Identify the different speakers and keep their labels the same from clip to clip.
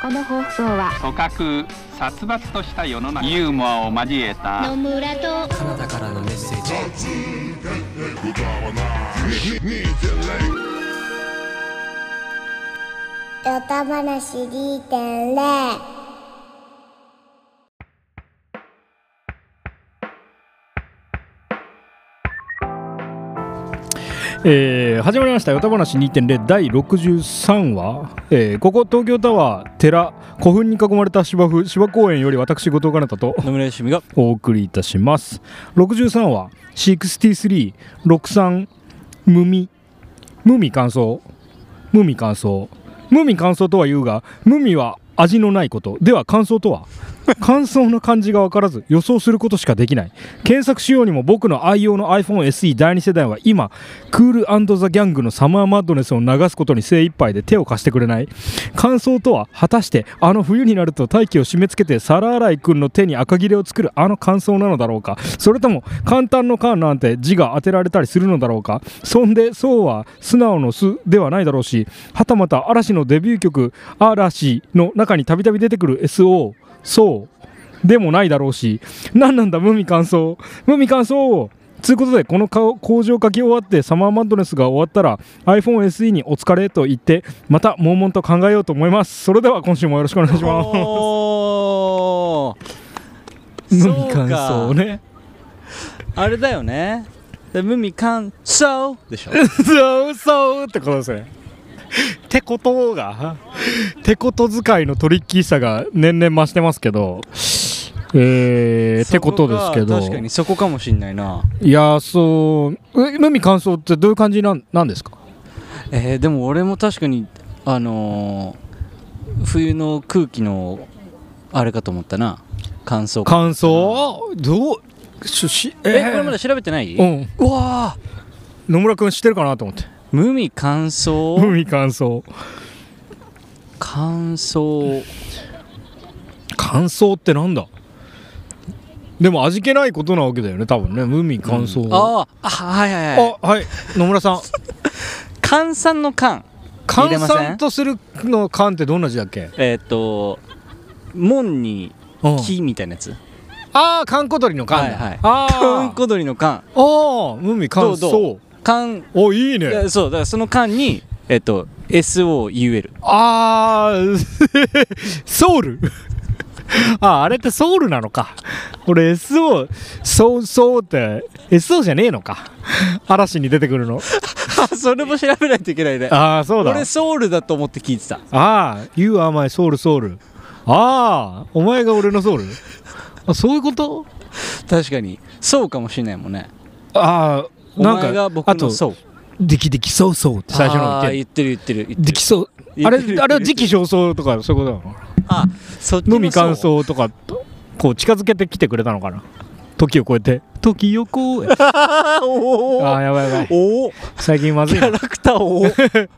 Speaker 1: この放送は
Speaker 2: 組閣殺伐とした世の中ユーモアを交えた
Speaker 3: 野村と
Speaker 4: カナダからのメッセージ
Speaker 5: ヨタ話2.0
Speaker 6: えー始まりました「よた話2.0」第63話、えーここ東京タワー寺古墳に囲まれた芝生芝公園より私後藤かなた と
Speaker 4: 野村よしみが
Speaker 6: お送りいたします63話6363無味無味乾燥無味乾燥無味乾燥とは言うが無味は味のないことでは乾燥とは乾燥の感じが分からず予想することしかできない検索しようにも僕の愛用の iPhoneSE 第2世代は今クールザ・ギャングのサマーマッドネスを流すことに精一杯で手を貸してくれない乾燥とは果たしてあの冬になると大気を締め付けて皿洗い君の手に赤切れを作るあの乾燥なのだろうかそれとも簡単の缶なんて字が当てられたりするのだろうかそんでそうは素直の素ではないだろうしはたまた嵐のデビュー曲「嵐」の中にたびたび出てくる SO そうでもないだろうし何なんだ無味乾燥無味乾燥つうことでこの顔工場書き終わってサマーマッドネスが終わったら iPhoneSE にお疲れと言ってまた悶々と考えようと思いますそれでは今週もよろしくお願いします
Speaker 4: おー
Speaker 6: 無
Speaker 4: そうか
Speaker 6: 味乾燥ね
Speaker 4: あれだよねで無味乾燥でしょ
Speaker 6: そうそう ってことですねてことがてこと使いのトリッキーさが年々増してますけどえー、ってことですけ
Speaker 4: そ
Speaker 6: ど
Speaker 4: か確かにそこかもしんないない
Speaker 6: やそうえ無味乾燥ってどういう感じなんなんですか
Speaker 4: えー、でも俺も確かにあのー、冬の空気のあれかと思ったな乾燥か
Speaker 6: 乾燥どうしし
Speaker 4: え
Speaker 6: え
Speaker 4: これまだ調べてない、
Speaker 6: うん
Speaker 4: うわー
Speaker 6: 野村君知ってるかなと思って
Speaker 4: 無味乾燥
Speaker 6: 無味乾燥
Speaker 4: 乾燥
Speaker 6: 乾燥ってなんだでも味気ないことなわけだよね多分ね無味乾燥、あ
Speaker 4: あーあはいはいはい
Speaker 6: はい野村 さん
Speaker 4: 換算の缶入れ
Speaker 6: 換
Speaker 4: ません
Speaker 6: 算とするの缶ってどんな字だっけ、
Speaker 4: えーっ、と門に
Speaker 6: うん
Speaker 4: 木みたいなやつ
Speaker 6: ああ缶小鳥の缶だ、
Speaker 4: はいはい缶
Speaker 6: あー
Speaker 4: 小鳥の缶
Speaker 6: あー無味乾
Speaker 4: どうど
Speaker 6: 燥
Speaker 4: 缶
Speaker 6: おいい
Speaker 4: い
Speaker 6: ね
Speaker 4: やそうだからその缶にえーっ、と SOUL
Speaker 6: あー ソウルああれってソウルなのか俺 SO そうそうって SO じゃねえのか嵐に出てくるの
Speaker 4: あそれも調べないといけないね
Speaker 6: ああそうだ
Speaker 4: 俺ソウルだと思って聞いてた
Speaker 6: ああ、You are my soul, soul. ああ、お前が俺のソウルあそういうこと
Speaker 4: 確かにそうかもしれないもんね
Speaker 6: ああ、
Speaker 4: お
Speaker 6: なん
Speaker 4: 前が
Speaker 6: か、
Speaker 4: 僕
Speaker 6: あ
Speaker 4: の
Speaker 6: と、
Speaker 4: そう
Speaker 6: できできそうそうって最初の方
Speaker 4: あー
Speaker 6: 言
Speaker 4: 言
Speaker 6: って。
Speaker 4: ってる言ってる言って
Speaker 6: で
Speaker 4: る
Speaker 6: きそう。
Speaker 4: 言
Speaker 6: あ
Speaker 4: って
Speaker 6: れ、
Speaker 4: る言ってる
Speaker 6: あれは時期尚早とかそういうことなの
Speaker 4: あそっちの
Speaker 6: のみ乾
Speaker 4: そう
Speaker 6: 燥とか、こう近づけてきてくれたのかな時を超えて。時を超え。あ
Speaker 4: あーお
Speaker 6: あ、
Speaker 4: ー
Speaker 6: やばいやばい。
Speaker 4: おお
Speaker 6: 最近まず
Speaker 4: キ
Speaker 6: いな
Speaker 4: ャラクター おー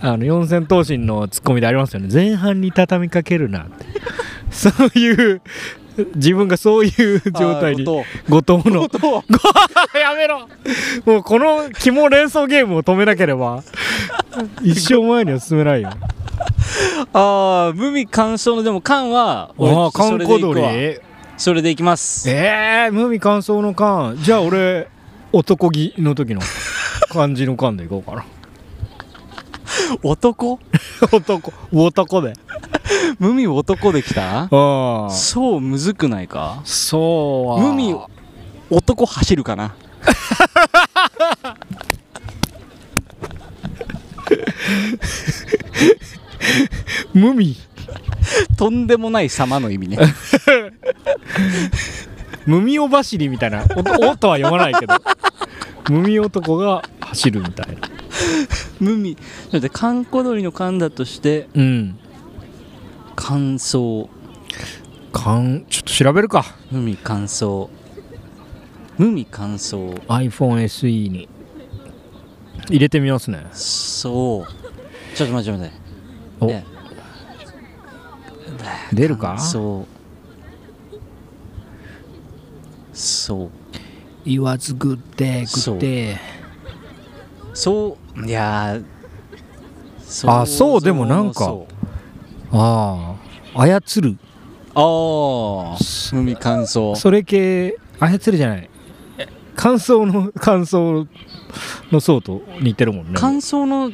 Speaker 6: あの四千頭身のツッコミでありますよね前半に畳みかけるなって そういう自分がそういう状態に
Speaker 4: あー後
Speaker 6: 後藤の
Speaker 4: どう
Speaker 6: やめろもうこの肝連想ゲームを止めなければ一生前には進めないよ
Speaker 4: ああ無味乾燥のでも缶は俺
Speaker 6: ああ
Speaker 4: そ
Speaker 6: 缶
Speaker 4: れで
Speaker 6: 小
Speaker 4: いく
Speaker 6: 鳥
Speaker 4: わ
Speaker 6: え
Speaker 4: それでいきます
Speaker 6: えー、無味乾燥の缶じゃあ俺男気の時 の感じの缶でいこうかな
Speaker 4: 男
Speaker 6: 男男で
Speaker 4: 無味男できた
Speaker 6: ああ
Speaker 4: そうむずくないか
Speaker 6: そうは
Speaker 4: 無味男走るかな
Speaker 6: 無味
Speaker 4: とんでもない様の意味 ね
Speaker 6: 無味お走りみたいなお とおとは読まないけど無味男が走るみたいな
Speaker 4: 無味だって缶小鳥の缶だとして
Speaker 6: うん
Speaker 4: 乾燥
Speaker 6: 缶ちょっと調べるか
Speaker 4: 無味乾燥無味乾燥
Speaker 6: iPhoneSE に入れてみますね
Speaker 4: そうちょっと待って待って
Speaker 6: お
Speaker 4: ね
Speaker 6: 出るか
Speaker 4: そうそう
Speaker 6: 言わず食って
Speaker 4: 食ってそういやー
Speaker 6: あそうでもなんか
Speaker 4: そう
Speaker 6: ああ操る
Speaker 4: ああ無味乾燥
Speaker 6: それ系操るじゃない乾燥の 乾燥の層と似てるもんね
Speaker 4: 乾燥の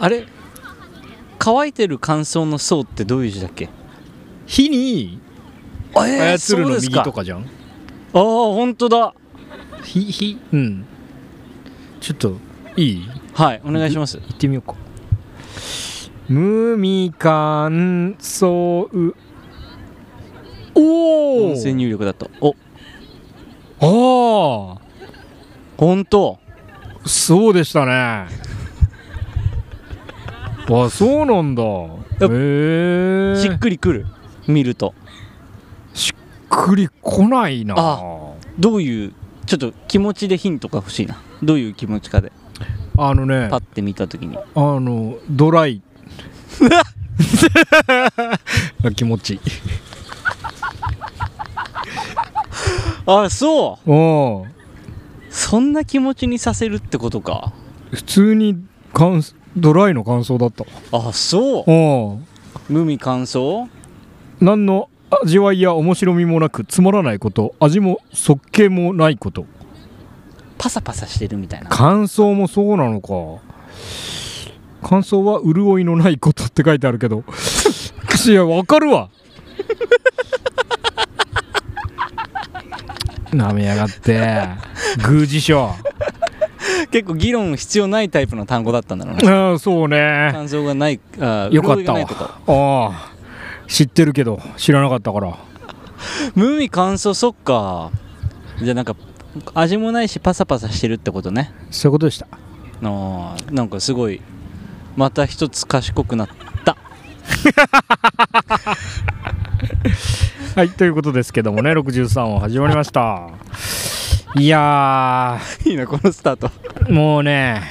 Speaker 4: あれ乾いてる乾燥の層ってどういう字だっけ
Speaker 6: 火に
Speaker 4: あえー
Speaker 6: 操る
Speaker 4: そう
Speaker 6: の
Speaker 4: です
Speaker 6: 右とかじゃん
Speaker 4: ああ本当だ
Speaker 6: 火火うんちょっといい
Speaker 4: はいお願いします
Speaker 6: 行ってみようか無味乾燥おお
Speaker 4: 音声入力だとお
Speaker 6: あ
Speaker 4: 本当
Speaker 6: あそうで したねあそうなんだへえ
Speaker 4: しっくりくる見ると
Speaker 6: しっくりこないな
Speaker 4: あどういうちょっと気持ちでヒントが欲しいなどういう気持ちかで
Speaker 6: あのね
Speaker 4: パッて見た時に
Speaker 6: あのドラ イ気持ちいい
Speaker 4: あそ
Speaker 6: うん
Speaker 4: うそんな気持ちにさせるってことか
Speaker 6: 普通に乾燥ドライの感想だった
Speaker 4: あそ
Speaker 6: うん
Speaker 4: う無味乾燥
Speaker 6: 何の味わいや面白みもなくつまらないこと味もそっけもないこと
Speaker 4: パサパサしてるみたいな
Speaker 6: 感想もそうなのか感想は潤いのないことって書いてあるけどいやわかるわなめやがって宮司書あ
Speaker 4: 結構議論必要ないタイプの単語だったんだろうね
Speaker 6: あそうね
Speaker 4: 感想がないあー
Speaker 6: よか
Speaker 4: 潤
Speaker 6: っ
Speaker 4: いが
Speaker 6: た
Speaker 4: な
Speaker 6: わ
Speaker 4: いこと
Speaker 6: ああ知ってるけど知らなかったから
Speaker 4: 無味乾燥そっかじゃあなんか味もないしパサパサしてるってことね
Speaker 6: そういうことでした
Speaker 4: あーなんかすごいまた一つ賢くなった
Speaker 6: はいということですけどもね63話始まりましたいや
Speaker 4: いいなこのスタート
Speaker 6: ーもうね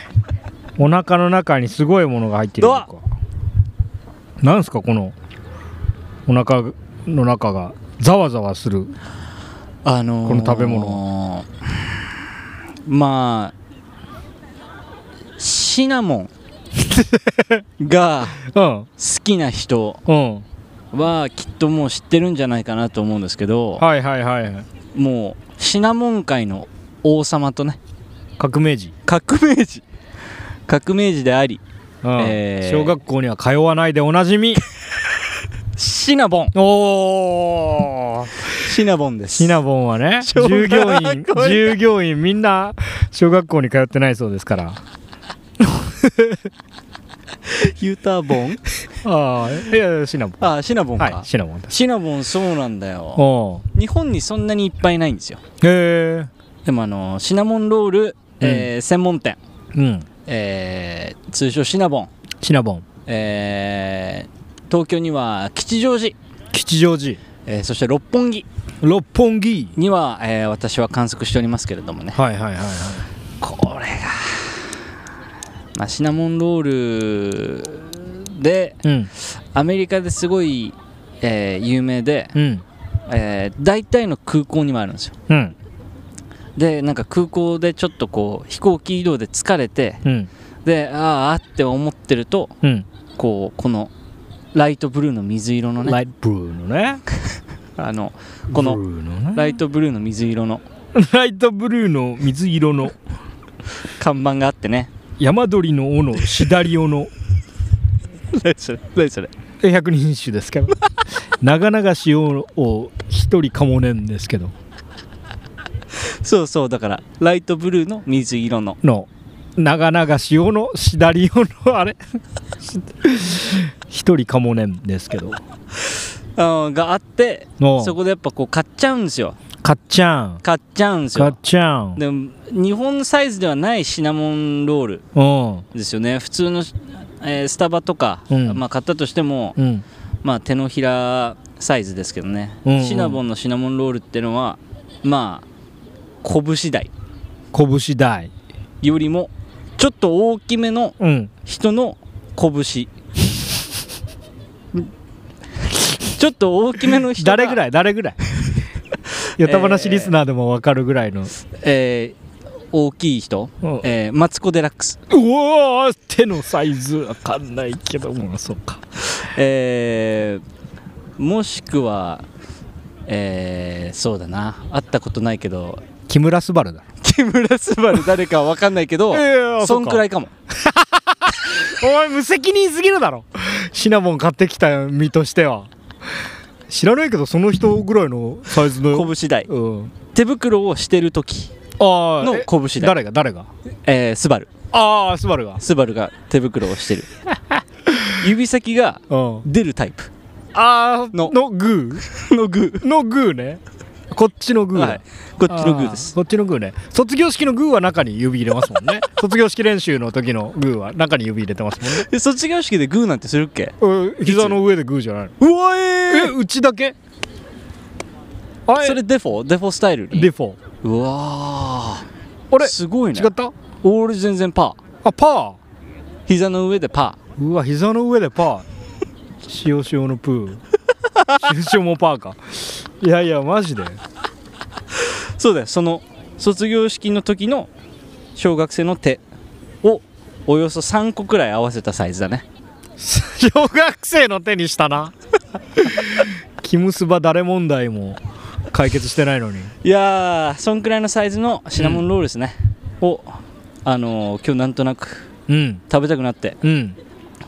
Speaker 6: お腹の中にすごいものが入ってる
Speaker 4: う
Speaker 6: の
Speaker 4: わ
Speaker 6: かなんすかこのお腹の中がざわざわする
Speaker 4: あのー、
Speaker 6: この食べ
Speaker 4: 物まあシナモンが
Speaker 6: うん
Speaker 4: 好きな人
Speaker 6: うん
Speaker 4: はきっともう知ってるんじゃないかなと思うんですけど、
Speaker 6: はいはいはい
Speaker 4: もうシナモン界の王様とね
Speaker 6: 革命児、
Speaker 4: 革命児革命児であり
Speaker 6: うん
Speaker 4: えー
Speaker 6: 小学校には通わないでおなじみ
Speaker 4: シナボン
Speaker 6: おー
Speaker 4: シナボンです
Speaker 6: シナボンはね
Speaker 4: 小
Speaker 6: 従
Speaker 4: 学
Speaker 6: 業
Speaker 4: 校
Speaker 6: 員従業員みんな小学校に通ってないそうですから
Speaker 4: ユタボン
Speaker 6: ああいやいやシナボン
Speaker 4: あシナボンか、
Speaker 6: はいシナモンです
Speaker 4: シナボンそうなんだよ
Speaker 6: おう
Speaker 4: 日本にそんなにいっぱいないんですよ
Speaker 6: へえ
Speaker 4: でもあのシナモンロール、えー専門店、
Speaker 6: うん
Speaker 4: えー通称シナボン、
Speaker 6: シナボン
Speaker 4: えー東京には吉祥寺、
Speaker 6: 吉祥寺
Speaker 4: えーそして六本木
Speaker 6: 六本木
Speaker 4: には、えー私は観測しておりますけれどもね
Speaker 6: はいはいはいはい
Speaker 4: これが、まあ、シナモンロールで
Speaker 6: うん
Speaker 4: アメリカですごい、えー有名で、
Speaker 6: うん
Speaker 4: えー大体の空港にもあるんですよ
Speaker 6: うん
Speaker 4: でなんか空港でちょっとこう飛行機移動で疲れて
Speaker 6: うん
Speaker 4: であーあって思ってると
Speaker 6: うん
Speaker 4: こうこのライトブルーの水色の
Speaker 6: ラ
Speaker 4: ね
Speaker 6: イトブルーのね
Speaker 4: あのこの
Speaker 6: ブルーのね
Speaker 4: ライトブルーの水色の
Speaker 6: ライトブルーの水色の
Speaker 4: 看板があってね
Speaker 6: 山鳥の尾のシダリオの
Speaker 4: 何それ何それ
Speaker 6: 百人一首ですけど 長々しようを一人かもねんですけど
Speaker 4: そうそうだからライトブルーの水色の
Speaker 6: の長々しようのシダリオのあれ 一人かもねんですけど
Speaker 4: あーがあって
Speaker 6: の
Speaker 4: そこでやっぱこう買っちゃうんですよ
Speaker 6: かっちゃん
Speaker 4: 買っちゃうんです
Speaker 6: かっ
Speaker 4: よ
Speaker 6: ちゃん
Speaker 4: でも日本サイズではないシナモンロール
Speaker 6: うん
Speaker 4: ですよね普通の、えースタバとか、
Speaker 6: うん
Speaker 4: まあ、買ったとしても、
Speaker 6: うん
Speaker 4: まあ、手のひらサイズですけどね、
Speaker 6: うんうん
Speaker 4: シナボンのシナモンロールってのはまあ拳大
Speaker 6: 拳大
Speaker 4: よりもちょっと大きめの
Speaker 6: うん
Speaker 4: 人の拳 ちょっと大きめの人が
Speaker 6: 誰ぐら
Speaker 4: い、
Speaker 6: い誰 ぐらいヨタ話リスナーでも分かるぐらいの、
Speaker 4: えー大きい人、
Speaker 6: うん
Speaker 4: えーマツコ・デラックス
Speaker 6: うおー手のサイズ分かんないけどもそうか
Speaker 4: えーもしくは、えーそうだな会ったことないけど
Speaker 6: 木村昴だ
Speaker 4: 木村昴誰かわかんないけ
Speaker 6: い
Speaker 4: ど、
Speaker 6: やいや
Speaker 4: そんくら
Speaker 6: い
Speaker 4: いかも
Speaker 6: お前無責任すぎるだろシナモン買ってきた身としては知らないけどその人ぐらいのサイズの、
Speaker 4: 拳代
Speaker 6: うん、
Speaker 4: 手袋をしてる時
Speaker 6: ああ
Speaker 4: の拳代
Speaker 6: 誰が誰が
Speaker 4: えースバル
Speaker 6: ああスバルが
Speaker 4: スバルが手袋を してる指先が
Speaker 6: うん
Speaker 4: 出るタイプ
Speaker 6: あー
Speaker 4: の
Speaker 6: のグ
Speaker 4: のグ
Speaker 6: ーのグーねこっちのグー
Speaker 4: ー、
Speaker 6: だ、
Speaker 4: はい、こっちのグーで
Speaker 6: あ
Speaker 4: す
Speaker 6: こっちのグーね卒業式のグーは中に指入れますも んね卒業式練習の時のグーは中に指入れてますもんね
Speaker 4: で卒業式でグーなんてするっけ
Speaker 6: うん膝の上でグーじゃないの
Speaker 4: うわえ
Speaker 6: えうちだけあれ
Speaker 4: それデフォデフォスタイルに
Speaker 6: デフォ
Speaker 4: うわ
Speaker 6: あ
Speaker 4: ー
Speaker 6: れ
Speaker 4: すごいね
Speaker 6: 違った
Speaker 4: 俺全然パー
Speaker 6: あパー
Speaker 4: 膝の上でパ
Speaker 6: うわ膝の上でパー塩塩のプー塩塩もパーかいやいやマジで
Speaker 4: ーそうだよその卒業式の時の小学生の手をおよそ3個くらい合わせたサイズだね
Speaker 6: 小学生の手にしたなキムスバ誰問題も解決してないのに
Speaker 4: いやーそんくらいのサイズのシナモンロールですね、をあのー今日なんとなく
Speaker 6: うん
Speaker 4: 食べたくなって
Speaker 6: うん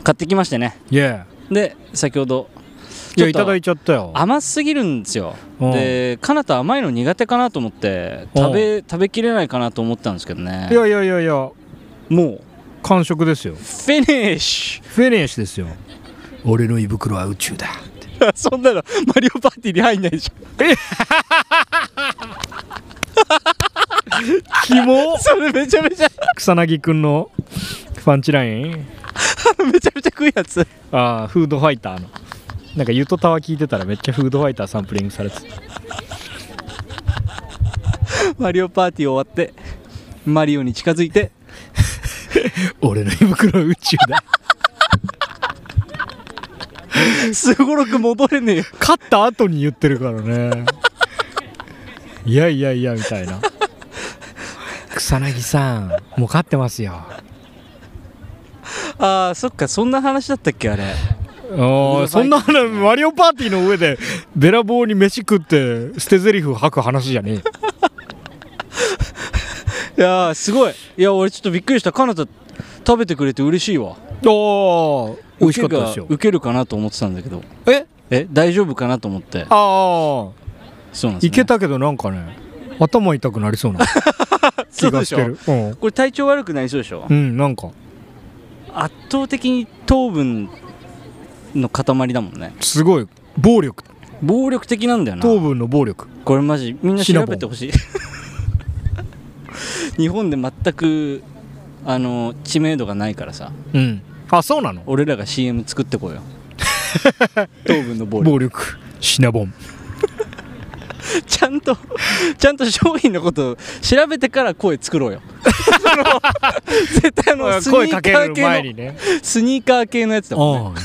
Speaker 4: 買ってきましてね
Speaker 6: いや
Speaker 4: で先ほど
Speaker 6: いや
Speaker 4: ちょっ
Speaker 6: い
Speaker 4: と
Speaker 6: ただいちゃったよ
Speaker 4: 甘すぎるんですよ
Speaker 6: うん
Speaker 4: でかなた甘いの苦手かなと思って食べ食べきれないかなと思ったんですけどね
Speaker 6: いやいやいやいや
Speaker 4: もう
Speaker 6: 完食ですよ
Speaker 4: フィニッシ
Speaker 6: フェネシですよ俺の胃袋は宇宙だ
Speaker 4: ュ そんなのマリオパーティーに入んないでしょ
Speaker 6: キモ
Speaker 4: それめちゃめちゃ
Speaker 6: 草薙くんのパンチライン
Speaker 4: めちゃめちゃ食うやつ
Speaker 6: ああフードファイターのなんかゆとたわ聞いてたらめっちゃフードファイターサンプリングされてた
Speaker 4: マリオパーティー終わってマリオに近づいて
Speaker 6: 俺の胃袋は宇宙だ
Speaker 4: すごろく戻れねえよ
Speaker 6: 勝った後に言ってるからねいやいやいやみたいな草薙さんもう勝ってますよ
Speaker 4: あーそっかそんな話だったっけあれ
Speaker 6: ああそんな話マリオパーティーの上でべらぼうに飯食って捨て台詞吐く話じゃねえ
Speaker 4: いやーすごいいや俺ちょっとびっくりしたカナタ食べてくれて嬉しいわ
Speaker 6: ああ美味しかったですよ
Speaker 4: 受けるかなと思ってたんだけど
Speaker 6: え
Speaker 4: え大丈夫かなと思って
Speaker 6: ああ
Speaker 4: そうなんです、ね、
Speaker 6: いけたけどなんかね頭痛くなりそうな気がしてるうん
Speaker 4: これ体調悪くなりそうでしょ
Speaker 6: うんなんか
Speaker 4: 圧倒的に糖分の塊だもんね
Speaker 6: すごい暴力
Speaker 4: 暴力的なんだよな
Speaker 6: 糖分の暴力
Speaker 4: これマジみんな
Speaker 6: シナ
Speaker 4: 調
Speaker 6: ボン
Speaker 4: べてほしい 日本で全くあの知名度がないからさ
Speaker 6: うんあそうなの
Speaker 4: 俺らが CM 作って こよう糖分の暴力
Speaker 6: 暴力シナボン
Speaker 4: ちゃんとちゃんと商品のことを調べてから声 作ろうよその絶対あのスニ
Speaker 6: 声
Speaker 4: ーカ
Speaker 6: かける
Speaker 4: ー
Speaker 6: 前
Speaker 4: 系
Speaker 6: にね
Speaker 4: のスニーカー系のやつだも
Speaker 6: う
Speaker 4: んね
Speaker 6: ん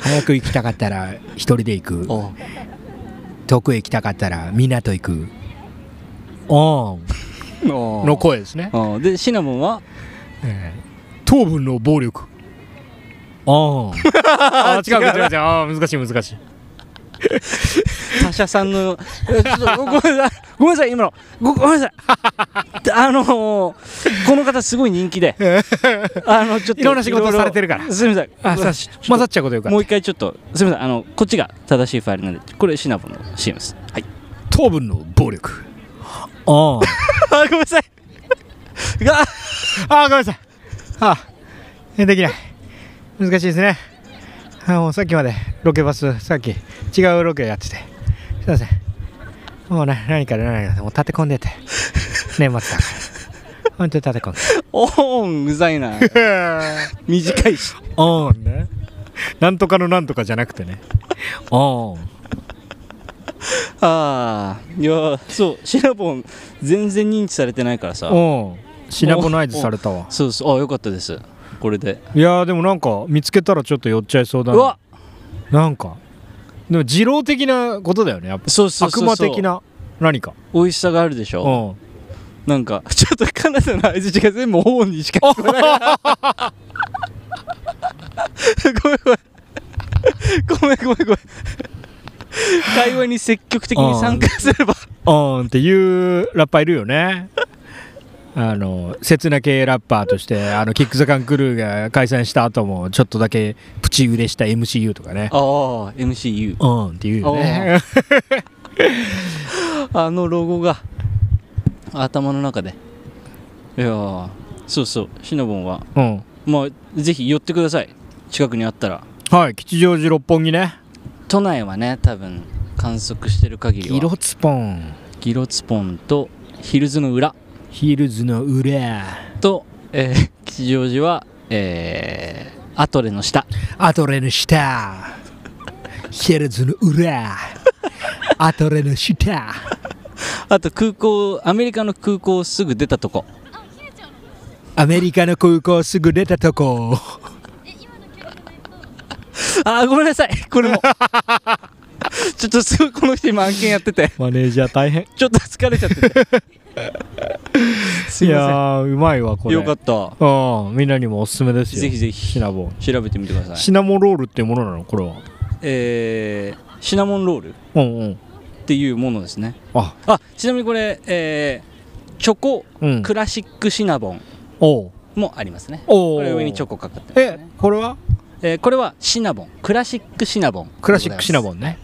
Speaker 6: 早く行きたかったら一人で行く
Speaker 4: おう
Speaker 6: 遠くへ行きたかったら港行くオンの声ですね、
Speaker 4: うんでシナモンは
Speaker 6: えー糖分の暴力オン あ違う違う違う違うあー難しい難しい
Speaker 4: 他社さんのえちょっとごめんなさいごめんなさい今のごごめんなさいであのーこの方すごい人気であのちょっと
Speaker 6: いろんな仕事
Speaker 4: いろいろ
Speaker 6: されてるから
Speaker 4: すみません
Speaker 6: あさし混ざっちゃうことよか
Speaker 4: もう一回ちょっとすみませんあのこっちが正しいファイルなんでこれシナモンの CM ですはい
Speaker 6: 糖分の暴力 オン
Speaker 4: あごめんなさいが
Speaker 6: あーごめんなさいあーできない難しいですねあーもうさっきまでロケバスさっき違うロケやっててすいませんもうな何から何からもう立て込んでて年末だから本当に立て込んで
Speaker 4: オーンうざいな短いし
Speaker 6: オーンねなんとかのなんとかじゃなくてねオーン
Speaker 4: ああいやーそうシナモン全然認知されてないからさ
Speaker 6: オーン品子の合図されたわ
Speaker 4: そうそうあよかったですこれで
Speaker 6: いやーでもなんか見つけたらちょっと寄っちゃいそうだ
Speaker 4: うわ
Speaker 6: ななんかでも二郎的なことだよねやっぱ
Speaker 4: そうそうそう
Speaker 6: 悪
Speaker 4: そう
Speaker 6: 魔的な何か
Speaker 4: 美味しさがあるでし
Speaker 6: う
Speaker 4: ょ、
Speaker 6: ん
Speaker 4: なんかちょっとカナダの相づちが全部オーンにしか聞こえないに積極的に参加すれば
Speaker 6: オーンっていうラッパーいるよね あの刹那系ラッパーとしてあのキック・ザ・カン・クルーが解散した後もちょっとだけプチ売れした MCU とかね
Speaker 4: ああ MCU
Speaker 6: オーンっていうよね
Speaker 4: あのロゴが頭の中でいやーそうそうシナボンは
Speaker 6: うん
Speaker 4: まあぜひ寄ってください近くにあったら
Speaker 6: はい吉祥寺六本木ね
Speaker 4: 都内はね多分観測してる限りは
Speaker 6: ギロツポン
Speaker 4: ギロツポンとヒルズの裏
Speaker 6: ヒルズの裏
Speaker 4: と、えー 吉祥寺は、えーアトレの下
Speaker 6: アトレの下ヒルズの裏アトレの下
Speaker 4: あと空港アメリカの空港をすぐ出たとこ
Speaker 6: アメリカの空港すぐ出たとこ
Speaker 4: あーごめんなさいこれも ちょっとすごいこの人今案件やってて
Speaker 6: マネージャー大変
Speaker 4: ちょっと疲れちゃ っててす
Speaker 6: い
Speaker 4: いませ
Speaker 6: や
Speaker 4: ん
Speaker 6: ーうまいわこれ
Speaker 4: よかった
Speaker 6: うんみんなにもおすすめですよ
Speaker 4: ぜひぜひ
Speaker 6: シナボン
Speaker 4: 調べてみてください
Speaker 6: シナモンロールっていうものなのこれは
Speaker 4: えーシナモンロールっ
Speaker 6: うんうん
Speaker 4: ていうものですね
Speaker 6: あ
Speaker 4: あちなみにこれ、えーチョコ
Speaker 6: うん
Speaker 4: クラシックシナボン
Speaker 6: おう
Speaker 4: もありますね
Speaker 6: おう
Speaker 4: これ上にチョコかかってます
Speaker 6: え
Speaker 4: ね
Speaker 6: これは
Speaker 4: えーこれはシナボンクラシックシナボン
Speaker 6: クラシックシナ
Speaker 4: ン、
Speaker 6: ボンね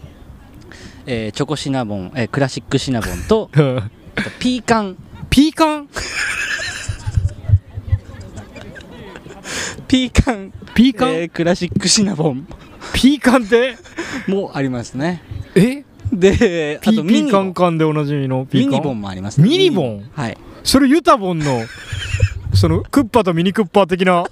Speaker 4: えーチョコシナボン、えークラシックシナボンと あとピーカン
Speaker 6: ピーカン
Speaker 4: ピーカン
Speaker 6: ピーカン、
Speaker 4: えークラシックシナボン
Speaker 6: ピーカンって
Speaker 4: もありますね
Speaker 6: え
Speaker 4: であ
Speaker 6: ピ
Speaker 4: と
Speaker 6: ーピ
Speaker 4: ミ
Speaker 6: ー
Speaker 4: ニボ
Speaker 6: カ
Speaker 4: ン
Speaker 6: ンカンでおなじみのピー
Speaker 4: ミ
Speaker 6: カン
Speaker 4: ニボンもあります
Speaker 6: ミニボン
Speaker 4: はい
Speaker 6: それユタボン のそのクッパとミニクッパ的な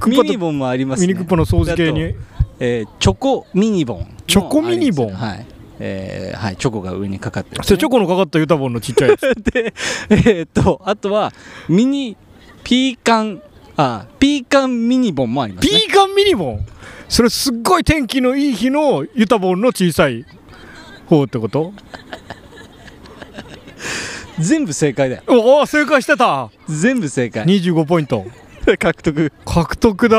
Speaker 6: クッ
Speaker 4: ミ
Speaker 6: パ
Speaker 4: ニ
Speaker 6: と
Speaker 4: ボンもありますね
Speaker 6: ミニクッパの掃除系に
Speaker 4: あとえーチョコミニボンもあります
Speaker 6: チョコミニボン
Speaker 4: はいえーはいチョコが上にかかってる
Speaker 6: それチョコのかかったユタボンのちっちゃいや つ
Speaker 4: で えーっとあとはミニピーカンあピーカンミニボンもありますね
Speaker 6: ピーカンミニボンそれすっごい天気のいい日のユタボンの小さい方ってこと
Speaker 4: 全部正解だよ
Speaker 6: おお正解してた
Speaker 4: 全部正解
Speaker 6: 25ポイント
Speaker 4: 獲得
Speaker 6: 獲得だい
Speaker 4: い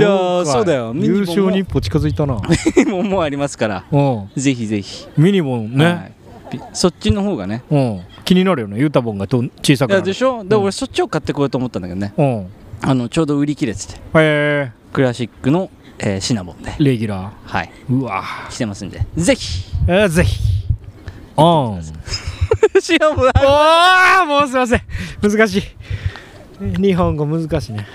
Speaker 4: やーそうだよミニボンも
Speaker 6: 優勝に一歩近づい たな
Speaker 4: ミニボンもありますから
Speaker 6: うん
Speaker 4: ぜひぜひ
Speaker 6: ミニボンね、
Speaker 4: はいピそっちの方がね
Speaker 6: うん気になるよねユタボンがどん小さく
Speaker 4: い
Speaker 6: な
Speaker 4: や
Speaker 6: る
Speaker 4: でしょで
Speaker 6: うん
Speaker 4: 俺そっちを買ってこようと思ったんだけどね
Speaker 6: うん
Speaker 4: あのちょうど売り切れてて
Speaker 6: え
Speaker 4: クラシックの、えーシナボンで
Speaker 6: ー、レギュラ
Speaker 4: はい
Speaker 6: ーうわ
Speaker 4: 来てますんでぜひ
Speaker 6: えー、ぜひオン
Speaker 4: シナボ
Speaker 6: お
Speaker 4: ン
Speaker 6: ーもうすいません難しい日本語難しいね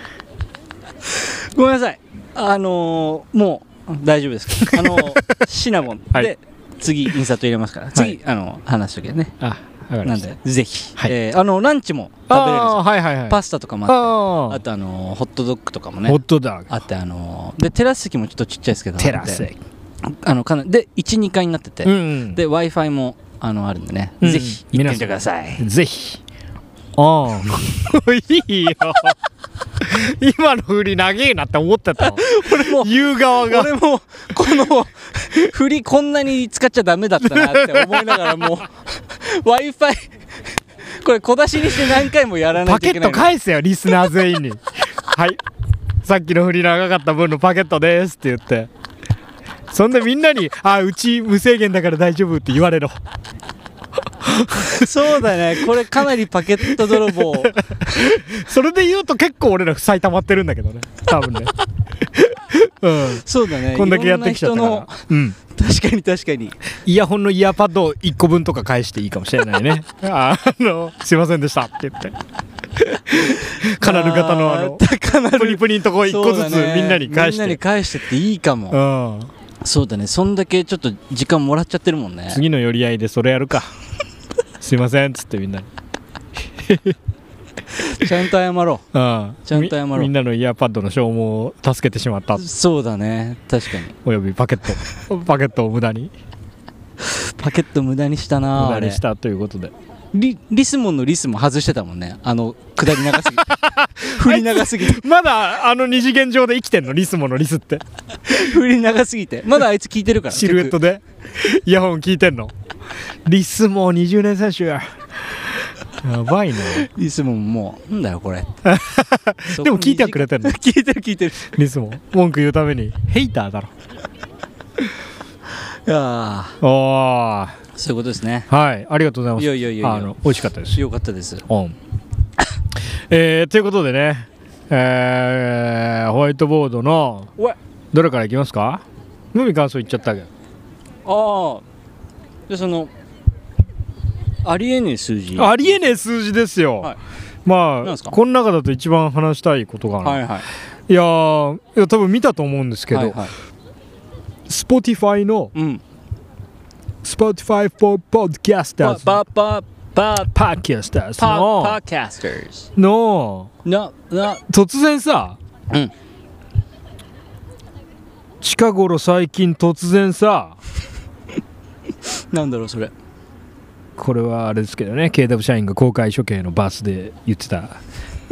Speaker 4: ごめんなさいあのーもう大丈夫ですあのーシナボン
Speaker 6: はい
Speaker 4: で次インサート入れますから次、あの話しときね
Speaker 6: あわかり
Speaker 4: な
Speaker 6: ま
Speaker 4: ん
Speaker 6: した
Speaker 4: でぜひ、
Speaker 6: はい
Speaker 4: えーあのランチも食べれるんです
Speaker 6: あ
Speaker 4: よ
Speaker 6: ーはいはいはい
Speaker 4: パスタとかもあって
Speaker 6: あー
Speaker 4: あとあのーホットドッグとかも
Speaker 6: ホ
Speaker 4: ね
Speaker 6: ットダッグ
Speaker 4: あってあのーでテラス席もちょっとちっちゃいですけど
Speaker 6: テラス
Speaker 4: あってあのかなで12階になってて、
Speaker 6: うんうん
Speaker 4: で w i f i もあのあるんでね、
Speaker 6: うん
Speaker 4: ぜひ行ってみてください
Speaker 6: ぜひオン いいよ今の振り長えなって思ってた
Speaker 4: 俺も
Speaker 6: 言う側が
Speaker 4: 俺もこの振りこんなに使っちゃダメだったなって思いながらもう w i f i これ小出しにして何回もやらない
Speaker 6: パ
Speaker 4: と
Speaker 6: ケ
Speaker 4: いけ
Speaker 6: ッ
Speaker 4: な
Speaker 6: ト
Speaker 4: いの
Speaker 6: 返せよリスナー全 員にはいさっきの振り長かった分のパケットですって言ってそんでみんなに「あうち無制限だから大丈夫」って言われろ
Speaker 4: そうだねこれかなりパケット泥棒
Speaker 6: それで言うと結構俺ら負債溜まってるんだけどね多分 ねうん
Speaker 4: そうだね
Speaker 6: こんだけやってきちゃった
Speaker 4: い
Speaker 6: か
Speaker 4: ろんな
Speaker 6: らうん
Speaker 4: 人の確かに確かに
Speaker 6: イヤホンのイヤーパッドを1個分とか返していいかもしれないね あの「すいませんでした」って言ってカナル型のあの
Speaker 4: ーカナル
Speaker 6: プニプニのとこ1個ずつ
Speaker 4: そうだね
Speaker 6: みんなに返し
Speaker 4: みんな
Speaker 6: て
Speaker 4: に返してっていいかも、
Speaker 6: うん
Speaker 4: そうだねそんだけちょっと時間もらっちゃってるもんね
Speaker 6: 次の寄り合いでそれやるか すいませんっつってみんなに
Speaker 4: ちゃんと謝ろ
Speaker 6: うん
Speaker 4: ちゃんと謝ろう
Speaker 6: みみんなのイヤーパッドの消耗を助けてしま った
Speaker 4: うそうだね確かに
Speaker 6: およびパケット パケットを無駄に
Speaker 4: パケット無駄にしたな
Speaker 6: 無
Speaker 4: あ
Speaker 6: 駄
Speaker 4: れ
Speaker 6: にしたということで
Speaker 4: リリスモンのリスも外してたもんねあの下り長 すぎて振り長すぎて
Speaker 6: まだあの二次元上で生きてんのリスモのリスって
Speaker 4: 振り長すぎてまだあいつ聞いてるから
Speaker 6: シルエット
Speaker 4: 曲
Speaker 6: でイヤホン聞いてんのリスモ20年選手やばいね
Speaker 4: リスモンもうなんだよ これそこ
Speaker 6: でも聞いてはくれてん の
Speaker 4: 聞いてる聞いてる
Speaker 6: リスモ文句言うためにヘイターだろ
Speaker 4: いやー
Speaker 6: ああ
Speaker 4: そういうことですね
Speaker 6: はいありがとうございます
Speaker 4: いやいやいやいや
Speaker 6: あの美味しかったですよ
Speaker 4: よかったです
Speaker 6: うんえー、ということでねえー、ホワイトボードの
Speaker 4: おい
Speaker 6: どれからいきますか無味感想言っちゃったけど
Speaker 4: ああでそのありえねえ数字
Speaker 6: ありえねえ数字ですよ、
Speaker 4: はい
Speaker 6: ま
Speaker 4: なん
Speaker 6: あ
Speaker 4: すか
Speaker 6: この中だと一番話したいことがある、
Speaker 4: はい
Speaker 6: い、
Speaker 4: はい
Speaker 6: やーいや多分見たと思うんですけど、
Speaker 4: はいはい
Speaker 6: Spotify の
Speaker 4: うん、
Speaker 6: Spotify for
Speaker 4: パ
Speaker 6: Podcasters
Speaker 4: パパパパ
Speaker 6: Podcasters
Speaker 4: パ
Speaker 6: の
Speaker 4: キャスターズ
Speaker 6: の
Speaker 4: なな
Speaker 6: 突然さ、
Speaker 4: うん
Speaker 6: 近頃最近突然さ
Speaker 4: なんだろうそれ
Speaker 6: これはあれですけどね KW 社員が公開処刑のバースで言ってた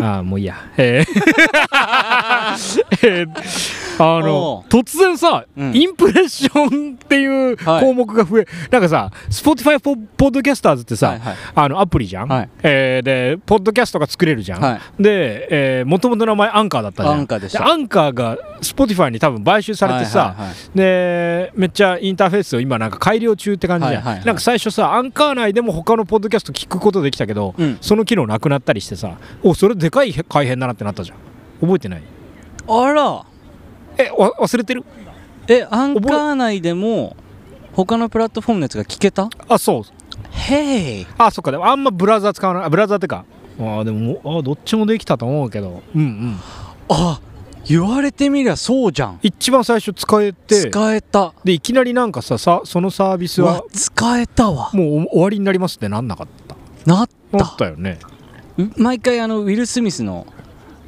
Speaker 6: ああもういいやえー えーあの
Speaker 4: おう
Speaker 6: 突然さ、
Speaker 4: うん
Speaker 6: インプレッションっていう
Speaker 4: はい
Speaker 6: 項目が増え、なんかさ Spotify ポポッドキャスターズってさ、
Speaker 4: はいはい
Speaker 6: あのアプリじゃん、
Speaker 4: はい
Speaker 6: えーでポッドキャストが作れるじゃん、
Speaker 4: は
Speaker 6: で、えー、もともと名前アンカーだったじゃん
Speaker 4: アンカーでした
Speaker 6: アンカーが Spotify に多分買収されてさ、
Speaker 4: はいはいはい
Speaker 6: でめっちゃインターフェースを今なんか改良中って感じじゃん、
Speaker 4: はいはいはい
Speaker 6: なんか最初さアンカー内でも他のポッドキャスト聞くことできたけど、
Speaker 4: うん
Speaker 6: その機能なくなったりしてさおそれでかい改変だなってなったじゃん覚えてない
Speaker 4: あら
Speaker 6: えわ忘れてる
Speaker 4: えアンカー内でも他のプラットフォームのやつが聞けた
Speaker 6: あそう
Speaker 4: へい
Speaker 6: あそっかでもあんまブラウザー使わないあブラウザーってかあーでももうあーどっちもできたと思うけどうんうん
Speaker 4: あ言われてみりゃそうじゃん
Speaker 6: 一番最初使えて
Speaker 4: 使えた
Speaker 6: でいきなりなんかささそのサービス
Speaker 4: わ
Speaker 6: は
Speaker 4: 使えたわ
Speaker 6: もうお終わりになりますってなんなかった
Speaker 4: なっ
Speaker 6: な
Speaker 4: た
Speaker 6: ったよね
Speaker 4: う毎回あのウィル・スミスの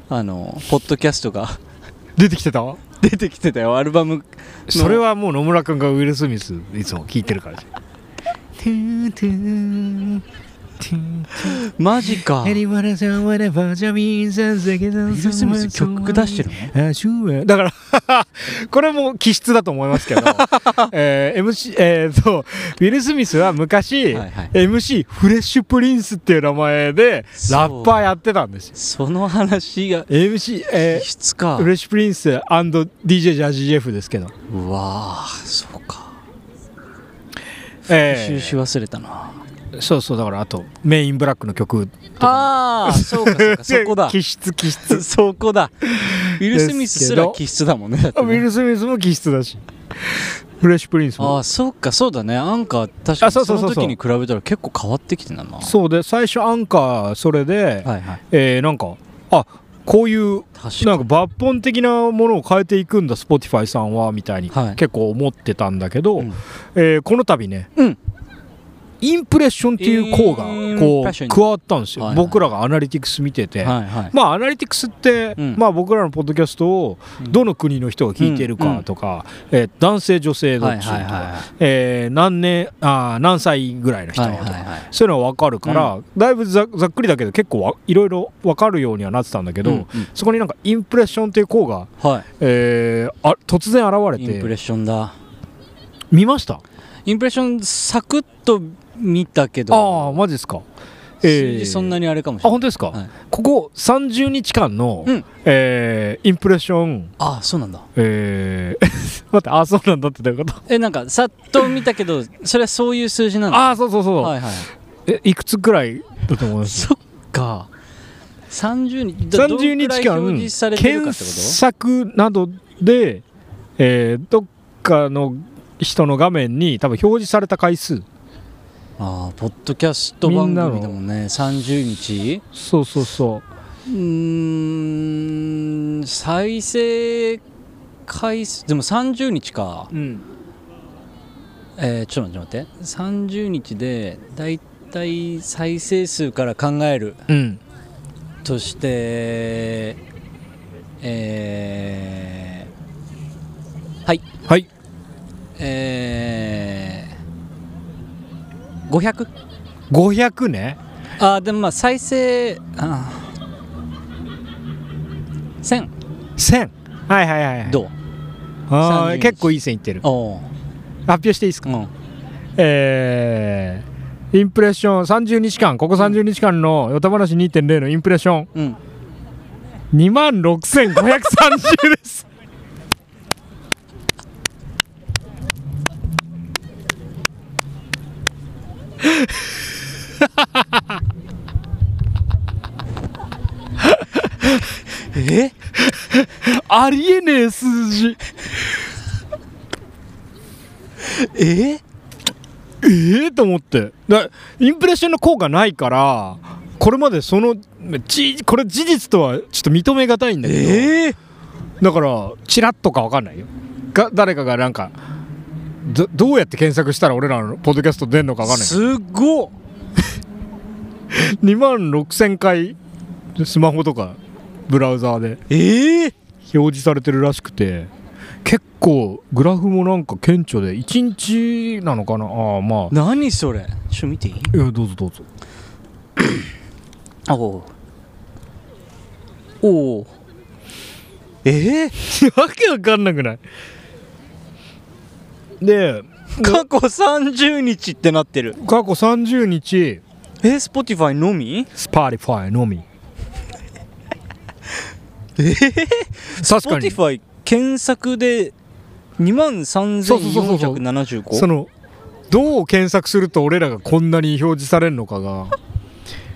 Speaker 4: あのポッドキャストが
Speaker 6: 出てきてた
Speaker 4: 出てきてたよアルバム
Speaker 6: それはもう野村君がウィル・スミスいつも聞いてるからじゃんトゥートゥートゥー
Speaker 4: マジかウィ
Speaker 6: Anyone is on whatever, Jamie's and Ziggy's and
Speaker 4: ル・スミス
Speaker 6: someone's
Speaker 4: 曲出してるの
Speaker 6: あそうやだからこれも気質だと思いますけど、えー MC えーとウィル・スミスは昔
Speaker 4: はいはい
Speaker 6: MC フレッシュ・プリンスっていう名前で
Speaker 4: そう
Speaker 6: ラッパーやってたんですよ
Speaker 4: その話が
Speaker 6: MC、えー
Speaker 4: 異質か
Speaker 6: フレッシュ・プリンス &DJ ジャージー・ジェフですけど、
Speaker 4: うわあそうか
Speaker 6: え
Speaker 4: 収集忘れたな
Speaker 6: ーそうそうだからあとメインブラックの曲
Speaker 4: ああそうかそうか そこだ
Speaker 6: 気質気質
Speaker 4: そこだウィル・スミス
Speaker 6: です
Speaker 4: すら
Speaker 6: けど
Speaker 4: 気質だもんねだって
Speaker 6: ウ
Speaker 4: ね
Speaker 6: ィル・スミスも気質だしフレッシュ・プリンスも
Speaker 4: ああそうかそうだねアンカー確か
Speaker 6: あそ
Speaker 4: に
Speaker 6: う
Speaker 4: そ
Speaker 6: そう
Speaker 4: の
Speaker 6: そうそう
Speaker 4: 時に比べたら結構変わってきてんだな
Speaker 6: そうで最初アンカーそれで、
Speaker 4: はいはい
Speaker 6: えーなんかあこういう
Speaker 4: 確か
Speaker 6: なん
Speaker 4: に
Speaker 6: か抜本的なものを変えていくんだ Spotify さんはみたいに
Speaker 4: はい
Speaker 6: 結構思ってたんだけど、
Speaker 4: うん
Speaker 6: えーこの度ね、
Speaker 4: うん
Speaker 6: インプレッションっていう項が
Speaker 4: イン
Speaker 6: こ
Speaker 4: プレッショ
Speaker 6: う
Speaker 4: ン
Speaker 6: 加わったんですよ、
Speaker 4: はいはい
Speaker 6: 僕らがアナリティクス見てて、
Speaker 4: はいはい
Speaker 6: まあアナリティクスって、
Speaker 4: うん
Speaker 6: まあ、僕らのポッドキャストをどの国の人が聞いてるかとか、えー男性女性どっちとか、
Speaker 4: はいはいはいはい
Speaker 6: えー何年あー何歳ぐらいの人とか、
Speaker 4: はいはいはい
Speaker 6: そういうのは分かるから、だいぶざざっくりだけど結構わいろいろ分かるようにはなってたんだけど、
Speaker 4: うんうん
Speaker 6: そこになんかインプレッションっていう項が、
Speaker 4: は
Speaker 6: えーあ突然現
Speaker 4: い
Speaker 6: れ
Speaker 4: インプレ
Speaker 6: て
Speaker 4: ッションだ
Speaker 6: 見ました
Speaker 4: インプレッションサクッと見たけど
Speaker 6: ああマジですか、
Speaker 4: 数字そんな
Speaker 6: に
Speaker 4: にあれかも
Speaker 6: あ
Speaker 4: しれない
Speaker 6: 本当ですか、
Speaker 4: はい
Speaker 6: ここ30日間の、
Speaker 4: うん
Speaker 6: えーインプレッション
Speaker 4: ああそうなんだ
Speaker 6: えー、 待って、あ、そうなんだってどういう こと
Speaker 4: えなんかさっと見たけどそれはそういう数字なの
Speaker 6: あー、そうそうそう、
Speaker 4: はいはい
Speaker 6: え。いくつくらいだと思います
Speaker 4: そっか30日どどん
Speaker 6: 30
Speaker 4: くら
Speaker 6: 日
Speaker 4: い表示さ
Speaker 6: 間
Speaker 4: れてるか
Speaker 6: 検
Speaker 4: ってこと
Speaker 6: 索などで、えーどっかの人の画面に多分表示された回数
Speaker 4: ああポッドキャスト番組だも
Speaker 6: み
Speaker 4: んね30日
Speaker 6: そうそうそう
Speaker 4: ーん再生回数でも30日か
Speaker 6: う、うん、
Speaker 4: えー、ちょっと待ってちょっと待って30日でだいたい再生数から考える
Speaker 6: うん、
Speaker 4: としてえー、はい
Speaker 6: はい
Speaker 4: えー、500?
Speaker 6: 500ね
Speaker 4: あーでもまあ再生あー1000
Speaker 6: 1000はいはいはいはい
Speaker 4: どう
Speaker 6: あー
Speaker 4: 30
Speaker 6: 結構いい線いってる発
Speaker 4: おー
Speaker 6: 表していいですか、
Speaker 4: うん
Speaker 6: えーインプレッション30日間ここ30日間のヨタ話2.0のインプレッション
Speaker 4: うん
Speaker 6: 2万6530です
Speaker 4: え
Speaker 6: ありえねえ数字
Speaker 4: え
Speaker 6: ええと思ってだインプレッションの効果ないからこれまでそのじこれ事実とはちょっと認めがたいんだけど、
Speaker 4: え
Speaker 6: だからチラッとか分かんないよが誰かがなんかどどうやって検索したら俺らのポッドキャスト出んのか分かんない
Speaker 4: すっごっ
Speaker 6: 2万6000回スマホとかブラウザーで
Speaker 4: ええ
Speaker 6: 表示されてるらしくて結構グラフもなんか顕著で1日なのかなああまあ
Speaker 4: 何それちょ見ていい
Speaker 6: いやどうぞどうぞ
Speaker 4: あおおおうええ
Speaker 6: わけわかんなくないで
Speaker 4: 過去30日ってなってる
Speaker 6: 過去30日
Speaker 4: えー、Spotify のみ
Speaker 6: スパリファイの み
Speaker 4: え
Speaker 6: 確かに
Speaker 4: Spotify 検索で2万
Speaker 6: そうそうそうそうそ
Speaker 4: 3475
Speaker 6: のどう検索すると俺らがこんなに表示されるのかが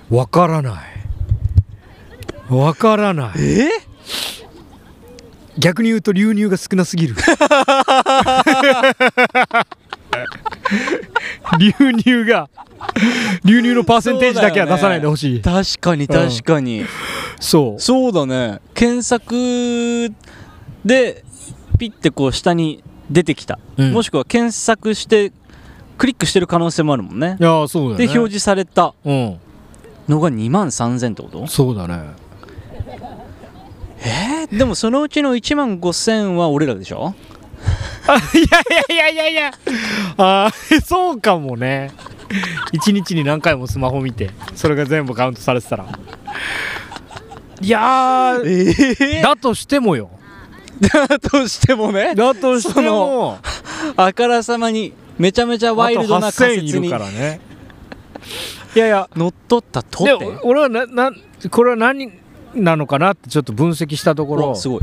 Speaker 6: わからないわからない
Speaker 4: え
Speaker 6: 逆に言うと流入が少なすぎ る流入が流入のパーセンテージだけは出さないでほしい
Speaker 4: 確かに確かに、
Speaker 6: そう
Speaker 4: そうだね検索でピッてこう下に出てきた、
Speaker 6: うん
Speaker 4: もしくは検索してクリックしてる可能性もあるもんね
Speaker 6: いやそうだ
Speaker 4: で
Speaker 6: ね
Speaker 4: 表示された
Speaker 6: うん
Speaker 4: のが2万3000ってこと
Speaker 6: そうだね
Speaker 4: えーでもそのうちの1万5000は俺らでしょ
Speaker 6: いやいやいやいやいやあーそうかもね一日に何回もスマホ見てそれが全部カウントされてたらいやー
Speaker 4: え
Speaker 6: だとしてもよ
Speaker 4: だとしてもね
Speaker 6: だと
Speaker 4: してもあからさまにめちゃめちゃワイルドな仮
Speaker 6: い
Speaker 4: 説
Speaker 6: る
Speaker 4: に
Speaker 6: からねいやいや
Speaker 4: 乗っ取ったと
Speaker 6: で
Speaker 4: っ
Speaker 6: お
Speaker 4: て
Speaker 6: 俺はななこれは何なのかなってちょっと分析したところ
Speaker 4: おすごい、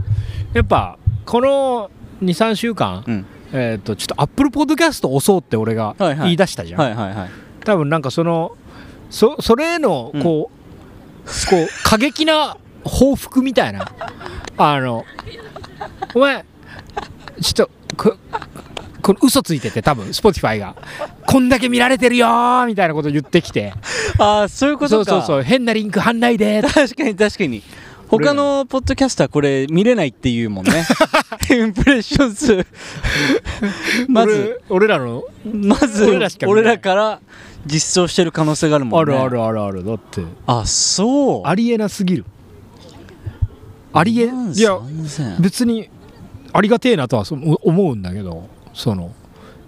Speaker 6: やっぱこの23週間、
Speaker 4: うん、
Speaker 6: えっ、とちょっとアップルポッドキャスト押そうって俺が
Speaker 4: はいはい
Speaker 6: 言い出したじゃん、
Speaker 4: はいはいはい
Speaker 6: 多分なんかそのそそれへの
Speaker 4: うん
Speaker 6: こう,、こう過激な報復みたいなあのお前ちょっとここの嘘ついてて多分 Spotify がこんだけ見られてるよーみたいなこと言ってきて
Speaker 4: ああそういうこと
Speaker 6: そう
Speaker 4: か
Speaker 6: そうそう変なリンク貼んないでー
Speaker 4: 確かに確かに
Speaker 6: 俺ら
Speaker 4: 他のポッドキャスターこれ見れないっていうも んねインプレッション数 まず
Speaker 6: 俺俺らの
Speaker 4: まず
Speaker 6: 俺らしか見れな
Speaker 4: 俺
Speaker 6: い
Speaker 4: らから実装してる可能性があるも
Speaker 6: あ
Speaker 4: んね
Speaker 6: るあるあるあるだって
Speaker 4: あそう
Speaker 6: ありえなすぎるありえいや
Speaker 4: 3000
Speaker 6: 別にありがてえなとはそう思うんだけどその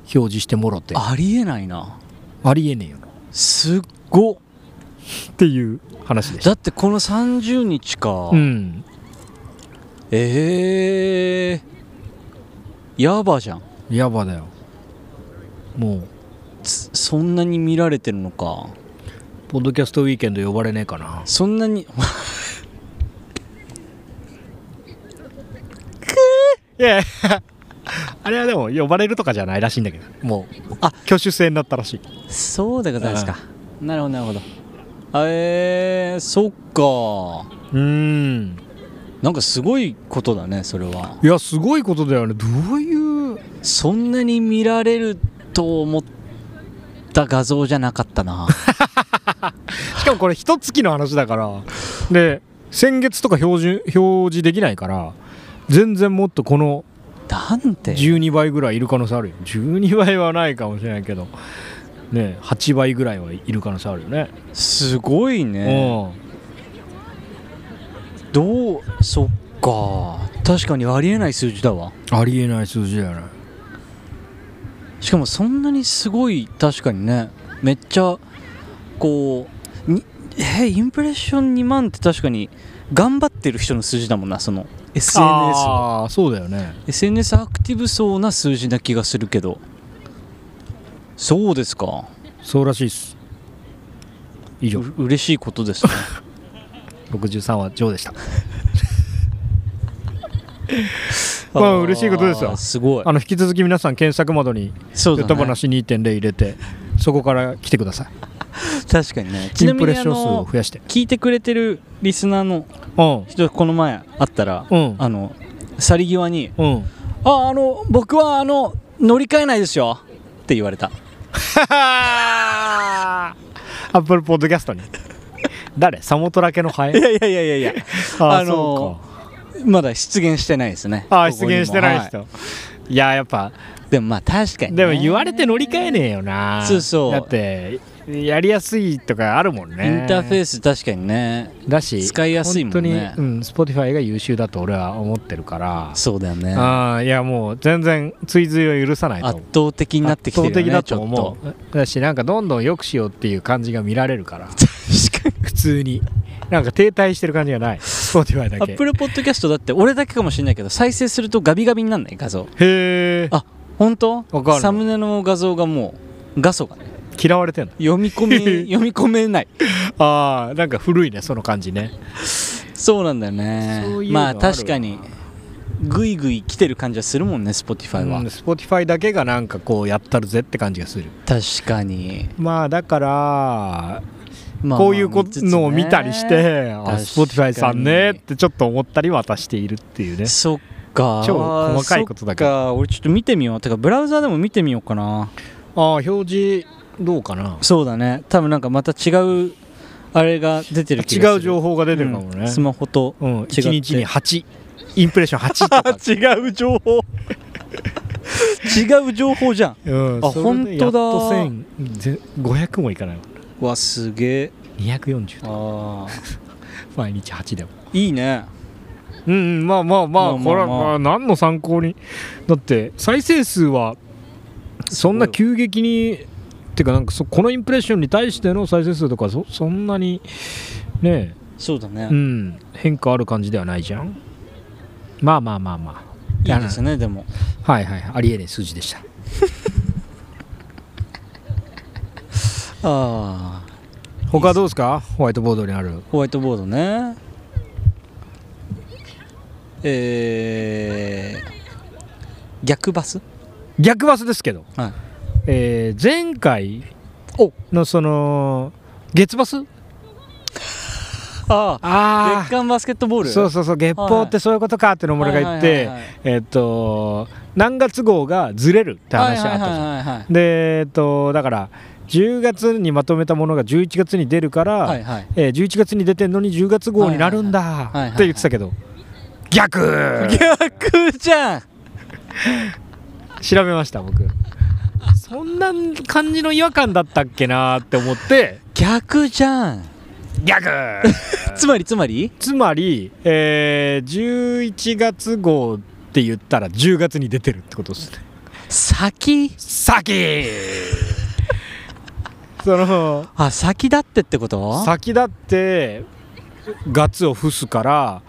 Speaker 6: 表示してもろて
Speaker 4: ありえないな
Speaker 6: ありえねえよな
Speaker 4: すっごっ
Speaker 6: っていう話でした
Speaker 4: だってこの30日か、
Speaker 6: うん
Speaker 4: ええー、やばじゃん
Speaker 6: やばだよもう
Speaker 4: つそんなに見られてるのか
Speaker 6: ポッドキャストウィーケンド呼ばれねえかな
Speaker 4: そんなに
Speaker 6: いやあれはでも呼ばれるとかじゃないらしいんだけどもう
Speaker 4: あ
Speaker 6: 挙手制になったらしい
Speaker 4: そうでございますか、なるほどなるほどあえー、そっか
Speaker 6: うん
Speaker 4: なんかすごいことだねそれはい
Speaker 6: やすごいことだよねどういう
Speaker 4: そんなに見られると思った画像じゃなかった な
Speaker 6: しかもこれ一月の話だからで先月とか標準表示できないから全然もっとこの
Speaker 4: なんて
Speaker 6: 12倍ぐらいいる可能性あるよ12倍はないかもしれないけどね8倍ぐらいはいる可能性あるよね、
Speaker 4: すごいね
Speaker 6: うん
Speaker 4: どうそっか確かにありえない数字だわ
Speaker 6: ありえない数字だよね
Speaker 4: しかもそんなにすごい確かにねめっちゃこうにえーインプレッション2万って確かに頑張ってる人の数字だもんなその SNS を
Speaker 6: ああそうだよね
Speaker 4: SNS アクティブそうな数字な気がするけどそうですか
Speaker 6: そうらしいっす以上
Speaker 4: う嬉しいことですね
Speaker 6: 63はジョーでした まあ
Speaker 4: ー
Speaker 6: 嬉しいことですよ
Speaker 4: すごい
Speaker 6: あの引き続き皆さん検索窓に
Speaker 4: そうだ、
Speaker 6: 歌
Speaker 4: ね、
Speaker 6: 話2.0入れてそこから来てくださ
Speaker 4: 確かにね
Speaker 6: い
Speaker 4: ち
Speaker 6: イ
Speaker 4: な
Speaker 6: ン
Speaker 4: み
Speaker 6: プレ
Speaker 4: に
Speaker 6: ッシ
Speaker 4: あ
Speaker 6: ョン数を
Speaker 4: の
Speaker 6: 増やして
Speaker 4: 聞いてくれてるリスナーの
Speaker 6: うん
Speaker 4: 人この前会ったら、
Speaker 6: うん
Speaker 4: あの去り際に
Speaker 6: うん
Speaker 4: 「ああの僕はあの乗り換えないですよ」って言われた
Speaker 6: アップルポッドキャストに誰サモトラケのハ
Speaker 4: い
Speaker 6: エ
Speaker 4: やいやいやいやいや
Speaker 6: あ
Speaker 4: あのまだ出現してないですね
Speaker 6: ああ
Speaker 4: こ
Speaker 6: 出
Speaker 4: こにも
Speaker 6: 現してない人、、
Speaker 4: はい
Speaker 6: ややっぱ
Speaker 4: でもまあ確かに、ね、
Speaker 6: でも言われて乗り換えねえよな
Speaker 4: そうそう
Speaker 6: だってやりやすいとかあるもんね
Speaker 4: インターフェー
Speaker 6: ス
Speaker 4: ス確かにね
Speaker 6: だし
Speaker 4: 使いやすいもんね
Speaker 6: 本当に、うん、Spotify が優秀だと俺は思ってるから
Speaker 4: そうだよね
Speaker 6: ああいやもう全然追随を許さないと思
Speaker 4: 圧
Speaker 6: う
Speaker 4: 倒的になってきてるよね
Speaker 6: 圧倒的だ
Speaker 4: ち
Speaker 6: と
Speaker 4: ょっ
Speaker 6: 思
Speaker 4: と
Speaker 6: うだしなんかどんどん良くしようっていう感じが見られるから
Speaker 4: 確か
Speaker 6: 普通になんか停滞してる感じがない Spotify だ
Speaker 4: にア
Speaker 6: け
Speaker 4: ップルポッドキャストだって俺だけかもしれないけど再生するとガビガビになんない画像
Speaker 6: へえ
Speaker 4: あ本当
Speaker 6: わかる
Speaker 4: サムネの画像がもう画素がね
Speaker 6: 嫌われてんの
Speaker 4: 読み込め 読み込めない
Speaker 6: ああなんか古いねその感じね
Speaker 4: そうなんだよね
Speaker 6: そういうのあ
Speaker 4: まあ
Speaker 6: る
Speaker 4: 確かにグイグイ来てる感じはするもんね Spotify は、
Speaker 6: Spotify だけがなんかこうやったるぜって感じがする
Speaker 4: 確かに、
Speaker 6: まあだから
Speaker 4: まあ
Speaker 6: こういうこのを見たりしてあ
Speaker 4: 確かに
Speaker 6: Spotify さんねってちょっと思ったりは私しているっていうね
Speaker 4: そっか
Speaker 6: 超細かいことだけど
Speaker 4: そっか俺ちょっと見てみようてかブラウザでも見てみようかな
Speaker 6: ああ表示どうかな
Speaker 4: そうだね多分なんかまた違うあれが出てる気
Speaker 6: 違
Speaker 4: がする
Speaker 6: う情
Speaker 4: 報
Speaker 6: 報が出てるかもね、
Speaker 4: スマホと
Speaker 6: うん、
Speaker 4: って
Speaker 6: 1日に8インプレッション8と か、
Speaker 4: 違う情報 違う情報じゃん
Speaker 6: うん、
Speaker 4: あ
Speaker 6: それでやっと
Speaker 4: ほ
Speaker 6: 1000 500もいかないわ
Speaker 4: わすげえ
Speaker 6: 240だ
Speaker 4: あー
Speaker 6: 毎日8でも
Speaker 4: いいね
Speaker 6: うんうんまあまあまあ
Speaker 4: まあまあまあ
Speaker 6: これはまあ何の参考にだって再生数はそんな急激にっていうかなんかそこのインプレッションに対しての再生数とかそそんなにね
Speaker 4: そうだね、
Speaker 6: え、うん、変化ある感じではないじゃんまあまあまあま
Speaker 4: いいですねでも
Speaker 6: あはいはいありえない数字でした
Speaker 4: ああ
Speaker 6: 他どうですかホワイトボードにある
Speaker 4: ホワイトボードねえー、逆バス
Speaker 6: 逆バスですけど、
Speaker 4: はい
Speaker 6: えー前回
Speaker 4: お
Speaker 6: のその月バス
Speaker 4: ああ
Speaker 6: あ
Speaker 4: 月刊バスケットボール
Speaker 6: そうそうそう月報ってそういうことかっての俺が言っ
Speaker 4: はい
Speaker 6: て
Speaker 4: はいはいはい
Speaker 6: えっと何月号がずれるって話があったじゃん、
Speaker 4: はいはいはいはい
Speaker 6: でえっとだから10月にまとめたものが11月に出るから、
Speaker 4: はいはい
Speaker 6: えー11月に出てんのに10月号になるんだ
Speaker 4: いはいはい
Speaker 6: って言ってたけど逆
Speaker 4: 逆じゃん
Speaker 6: 調べました僕そんな感じの違和感だったっけなーって思って
Speaker 4: 逆じゃん
Speaker 6: 逆
Speaker 4: つまりつまり
Speaker 6: つまり、えー11月号って言ったら10月に出てるってことですね
Speaker 4: 先
Speaker 6: 先 その
Speaker 4: あ先だってってこと
Speaker 6: 先だってガツを伏すから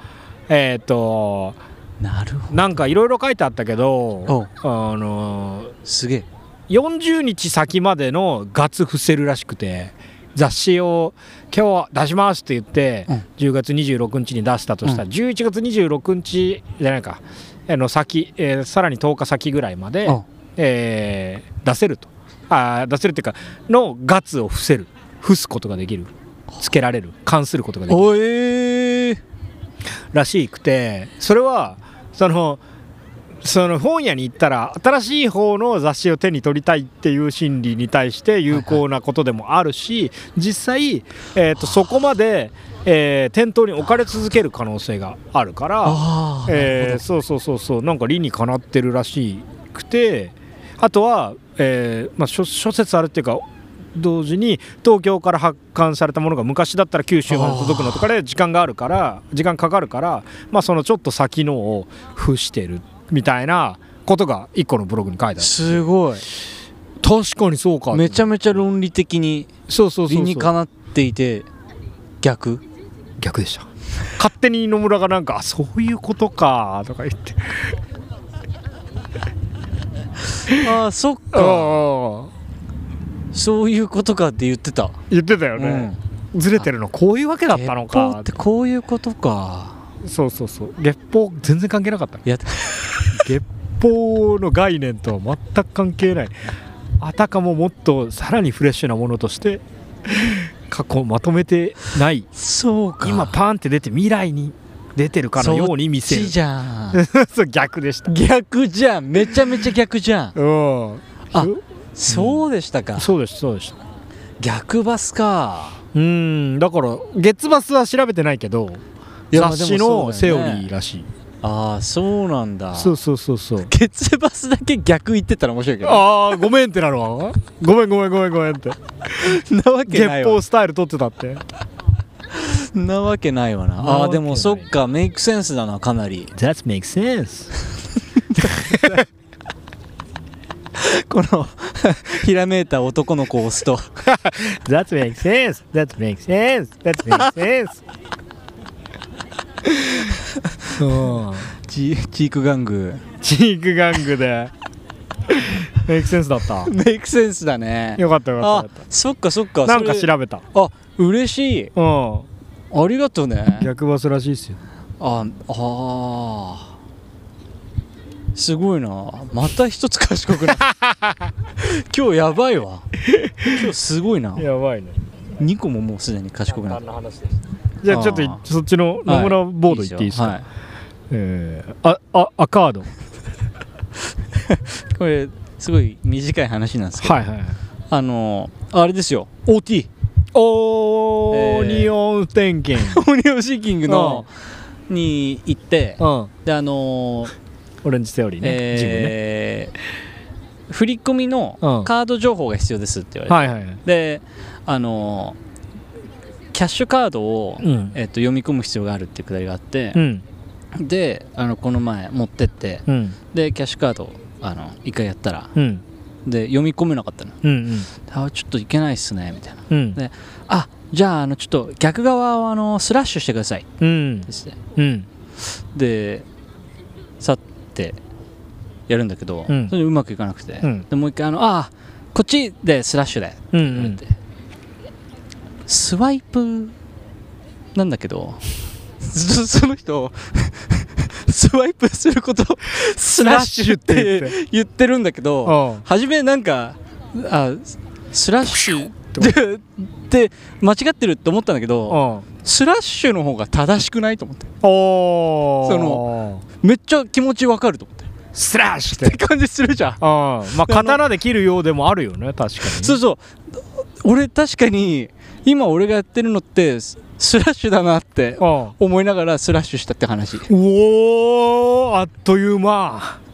Speaker 6: えっ、と
Speaker 4: なるほど
Speaker 6: なんかいろいろ書いてあったけど
Speaker 4: お
Speaker 6: あの
Speaker 4: すげえ
Speaker 6: 40日先までのガツ伏せるらしくて雑誌を今日出しますって言って、
Speaker 4: うん
Speaker 6: 10月26日に出したとしたら、
Speaker 4: うん
Speaker 6: 11月26日じゃないかあの先、えーさらに10日先ぐらいまで、
Speaker 4: あ
Speaker 6: えー出せるとあー出せるっていうかのガツを伏せる伏すことができるつけられる関することができる
Speaker 4: おえー
Speaker 6: らしくてそれはそのその本屋に行ったら新しい方の雑誌を手に取りたいっていう心理に対して有効なことでもあるし、実際、えー、とそこまで、えー店頭に置かれ続ける可能性があるから、
Speaker 4: ああ
Speaker 6: えーそうそうそうそうなんか理にかなってるらしくてあとは、えーまあ、諸諸説あるっていうか同時に東京から発刊されたものが昔だったら九州まで届くのとかで時間があるから時間かかるから、まあ、そのちょっと先のを付してるみたいなことが一個のブログに書いてある
Speaker 4: すごい
Speaker 6: 確かにそうか
Speaker 4: めちゃめちゃ論理的に
Speaker 6: そうそうそう
Speaker 4: 理
Speaker 6: そう
Speaker 4: にかなっていて逆
Speaker 6: 逆でした勝手に野村がなんかあそういうことかとか言って
Speaker 4: ああそっか
Speaker 6: ああ
Speaker 4: そういうことかって言ってた
Speaker 6: 言ってたよね、ずれてるのこういうわけだったの
Speaker 4: 月報
Speaker 6: か
Speaker 4: ってこういうことか
Speaker 6: そうそうそう月報全然 関係なかった
Speaker 4: いや
Speaker 6: 月報の概念とは全く関係ないあたかももっとさらにフレッシュなものとして過去をまとめてない
Speaker 4: そうか
Speaker 6: 今パーンって出て未来に出てるかのように見せ
Speaker 4: そっ
Speaker 6: る
Speaker 4: ちじゃん
Speaker 6: そう 逆でした
Speaker 4: 逆じゃんめちゃめちゃ逆じゃん
Speaker 6: うん
Speaker 4: あそうでしたか、
Speaker 6: そうでしたそうでした
Speaker 4: 逆バスか
Speaker 6: うんだから月バスは調べてないけど
Speaker 4: いや
Speaker 6: 雑誌のセオリーらしい
Speaker 4: ああそうなんだ
Speaker 6: そうそうそうそう
Speaker 4: ケツバスだけ逆言ってたら面白いけど
Speaker 6: ああごめんってなるわごめんごめんごめんごめんって
Speaker 4: なわけ
Speaker 6: 月
Speaker 4: ないわ
Speaker 6: 報スタイル取ってたって
Speaker 4: なわけないわな
Speaker 6: なわけ
Speaker 4: あ
Speaker 6: な
Speaker 4: あ
Speaker 6: い
Speaker 4: でもそっかメイクセンスだなかなり
Speaker 6: That makes sense
Speaker 4: この ひらめいた男の子を押すと
Speaker 6: That makes sense That makes sense That makes sense
Speaker 4: チチーク玩具
Speaker 6: チーク玩具でメイクセンスだった
Speaker 4: メイクセンスだね
Speaker 6: よかったよか
Speaker 4: あ
Speaker 6: ったよかっ
Speaker 4: そっかそったか
Speaker 6: なんか
Speaker 4: それ
Speaker 6: 調べた
Speaker 4: あ嬉しい
Speaker 6: うん
Speaker 4: ありがとうね
Speaker 6: 逆バスらしいっすよ
Speaker 4: ああーすごいなまた一つ賢くなった 今日やばいわ今日すごいな
Speaker 6: やばいね
Speaker 4: 2個ももうすでに賢くなった
Speaker 6: な話ですじゃあちょっとい
Speaker 4: あー
Speaker 6: そっちの野村ボード行っていいですか、
Speaker 4: ははい
Speaker 6: えーああアカード
Speaker 4: これすごい短い話なんですけど、
Speaker 6: はいはい
Speaker 4: あのあれですよ OT
Speaker 6: おー、
Speaker 4: えー
Speaker 6: ニオンステンキン
Speaker 4: オニオンシーキングのに行って
Speaker 6: うん
Speaker 4: であのー
Speaker 6: オレンジセオリーね、ジムね
Speaker 4: えー振り込みの
Speaker 6: うん
Speaker 4: カード情報が必要ですって言われて、
Speaker 6: はいはいはい
Speaker 4: であのーキャッシュカードを、
Speaker 6: うん
Speaker 4: えっと読み込む必要があるっていうくだりがあって
Speaker 6: う、ん
Speaker 4: であのこの前持ってって
Speaker 6: うん
Speaker 4: でキャッシュカードをあの一回やったら
Speaker 6: うん
Speaker 4: で読み込めなかったの
Speaker 6: うん
Speaker 4: あちょっといけないっすねみたいな
Speaker 6: うん
Speaker 4: であじゃああのちょっと逆側をあのスラッシュしてください
Speaker 6: うん
Speaker 4: ですね
Speaker 6: うん
Speaker 4: で去ってやるんだけど、
Speaker 6: うん
Speaker 4: それでうまくいかなくて、
Speaker 6: うん
Speaker 4: でもう一回あのあこっちでスラッシュで
Speaker 6: うんう
Speaker 4: って言われ
Speaker 6: ん
Speaker 4: て、スワイプなんだけ どそその人 スワイプすることスラッシュって言ってるんだけど
Speaker 6: あ
Speaker 4: 初めなんかあスラッシュってって間違ってると思ったんだけ
Speaker 6: あ
Speaker 4: ど
Speaker 6: あ
Speaker 4: スラッシュの方が正しくないと思って
Speaker 6: お
Speaker 4: そ
Speaker 6: の
Speaker 4: めっちゃ気持ちわかると思って っ
Speaker 6: スラッシュって
Speaker 4: て感じするじゃん
Speaker 6: ああまあ刀で切るようでもあるよね確かにね
Speaker 4: そうそう俺確かに今俺がやってるのってススラッシュだなって
Speaker 6: ああ
Speaker 4: 思いながらスラッシュしたって話
Speaker 6: うおーあっという間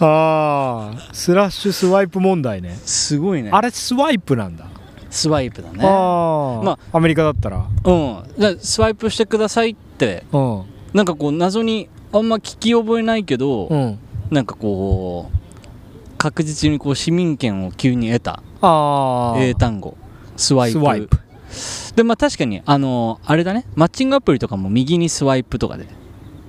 Speaker 6: あースラッシュスワイプ問題ね
Speaker 4: すごいね
Speaker 6: あれスワイプなんだ、
Speaker 4: スワイプだね
Speaker 6: ああ、
Speaker 4: ま
Speaker 6: アメリカだったら
Speaker 4: うんだスワイプしてくださいって
Speaker 6: うん
Speaker 4: なんかこう謎にあんま聞き覚えないけど、
Speaker 6: うん
Speaker 4: なんかこう確実にこう市民権を急に得た
Speaker 6: ああ
Speaker 4: 英単語スワイプ
Speaker 6: スワイプ
Speaker 4: でまあ確かにあのあれだねマッチングアプリとかも右にスワイプとかで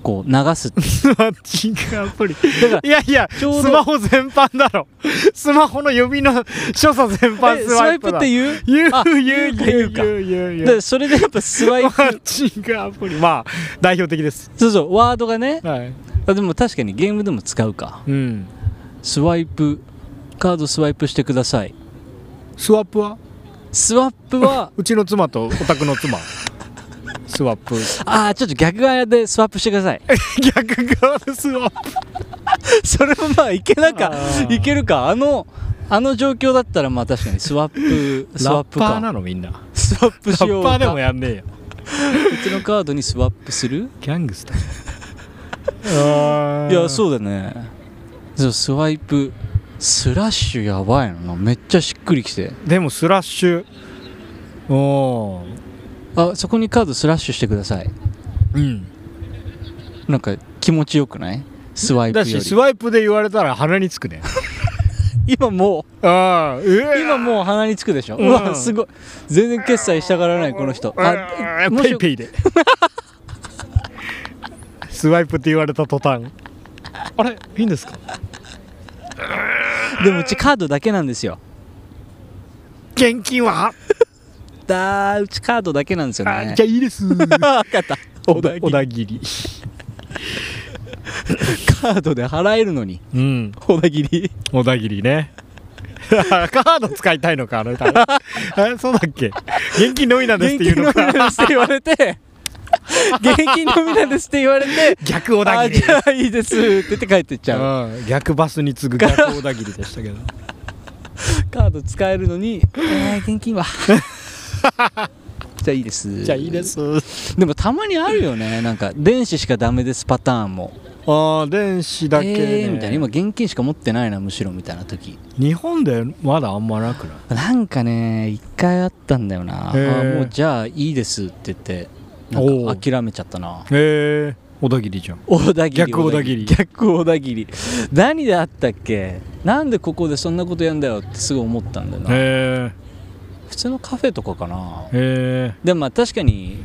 Speaker 4: こう流 すっていう
Speaker 6: マッチングア プリ
Speaker 4: だか
Speaker 6: いやいや
Speaker 4: ちょうど
Speaker 6: スマホ全般だろスマホの指の所作全般
Speaker 4: え
Speaker 6: スワイプ
Speaker 4: っ
Speaker 6: だ
Speaker 4: て言う
Speaker 6: 言う
Speaker 4: あ
Speaker 6: 言う言う
Speaker 4: か
Speaker 6: 言う言う言う
Speaker 4: でそれでやっぱスワ イ
Speaker 6: マ
Speaker 4: プ
Speaker 6: ッチングアプリまあ代表的です
Speaker 4: そうそうワードがね
Speaker 6: はい
Speaker 4: あでも確かにゲームでも使うか
Speaker 6: うん
Speaker 4: スワイプカードスワイプしてください
Speaker 6: スワップは
Speaker 4: スワッ プは
Speaker 6: うちの妻とお宅の 妻スワップ
Speaker 4: ああちょっと逆側でスワップしてください
Speaker 6: 逆側でスワップ
Speaker 4: それもまあいけなか
Speaker 6: あー
Speaker 4: いけるかあのあの状況だったらまあ確かにスワップス
Speaker 6: ラッ
Speaker 4: ワップ
Speaker 6: パーな
Speaker 4: か
Speaker 6: のみんなラ
Speaker 4: スワップしよ
Speaker 6: ッ
Speaker 4: う
Speaker 6: パ
Speaker 4: か
Speaker 6: ーでもやんねえよ
Speaker 4: うちのカードにスワップする
Speaker 6: ギャングスター
Speaker 4: いや
Speaker 6: う
Speaker 4: そうだねそうスワイプスラッシュやばいのめっちゃしっくりきて
Speaker 6: でもスラッシュおー
Speaker 4: あそこにカードスラッシュしてください
Speaker 6: うん
Speaker 4: なんか気持ちよくないスワイプよ
Speaker 6: だ
Speaker 4: り
Speaker 6: しスワイプで言われたら鼻につくね
Speaker 4: 今も
Speaker 6: ああ
Speaker 4: う今もう鼻につくでしょ、う
Speaker 6: うん
Speaker 4: わすごい全然決済したがらないこの人あ
Speaker 6: あ
Speaker 4: も
Speaker 6: ペ
Speaker 4: し
Speaker 6: イペイで スワイプって言われた途端あれいいんですか
Speaker 4: でもうちカードだけなんですよ
Speaker 6: 現金は、
Speaker 4: だーうちカードだ けなんですよ
Speaker 6: あ
Speaker 4: ね
Speaker 6: じゃあいいです
Speaker 4: 分かったお
Speaker 6: 小田切
Speaker 4: カードで払えるの に
Speaker 6: うん
Speaker 4: 小田切り
Speaker 6: 小田切ね カード使いたいのかあなた えそうだっけ現金のみなんですって
Speaker 4: 現
Speaker 6: い
Speaker 4: 金
Speaker 6: うのか
Speaker 4: のみなんですって言われ て現金のみなんですって言われて
Speaker 6: 逆小
Speaker 4: あ
Speaker 6: 田
Speaker 4: じ
Speaker 6: 切
Speaker 4: ゃあいいですって言って帰ってっちゃう
Speaker 6: うん逆バスに 次ぐ逆小田切でしたけど
Speaker 4: カード使えるのにえー現 金はじゃあいいです
Speaker 6: じゃあいいです
Speaker 4: でもたまにあるよねなんか電子しかダメですパターンも
Speaker 6: ああ電子だけ、ね
Speaker 4: えーみたいな今現金しか持ってないなむしろみたいな時
Speaker 6: 日本でまだあんまなくない
Speaker 4: なんかね一回あったんだよな、
Speaker 6: へー
Speaker 4: あもうじゃあいいですって言ってなん
Speaker 6: お
Speaker 4: か
Speaker 6: う
Speaker 4: 諦めちゃったな
Speaker 6: えー、小田切じゃん
Speaker 4: 小田切
Speaker 6: 逆小田切
Speaker 4: 逆小田切何であったっけなんでここでそんなことやんだよってすごい思ったんだよな、
Speaker 6: え
Speaker 4: 普通のカフェとかかな
Speaker 6: ー、え
Speaker 4: でもまあ確かに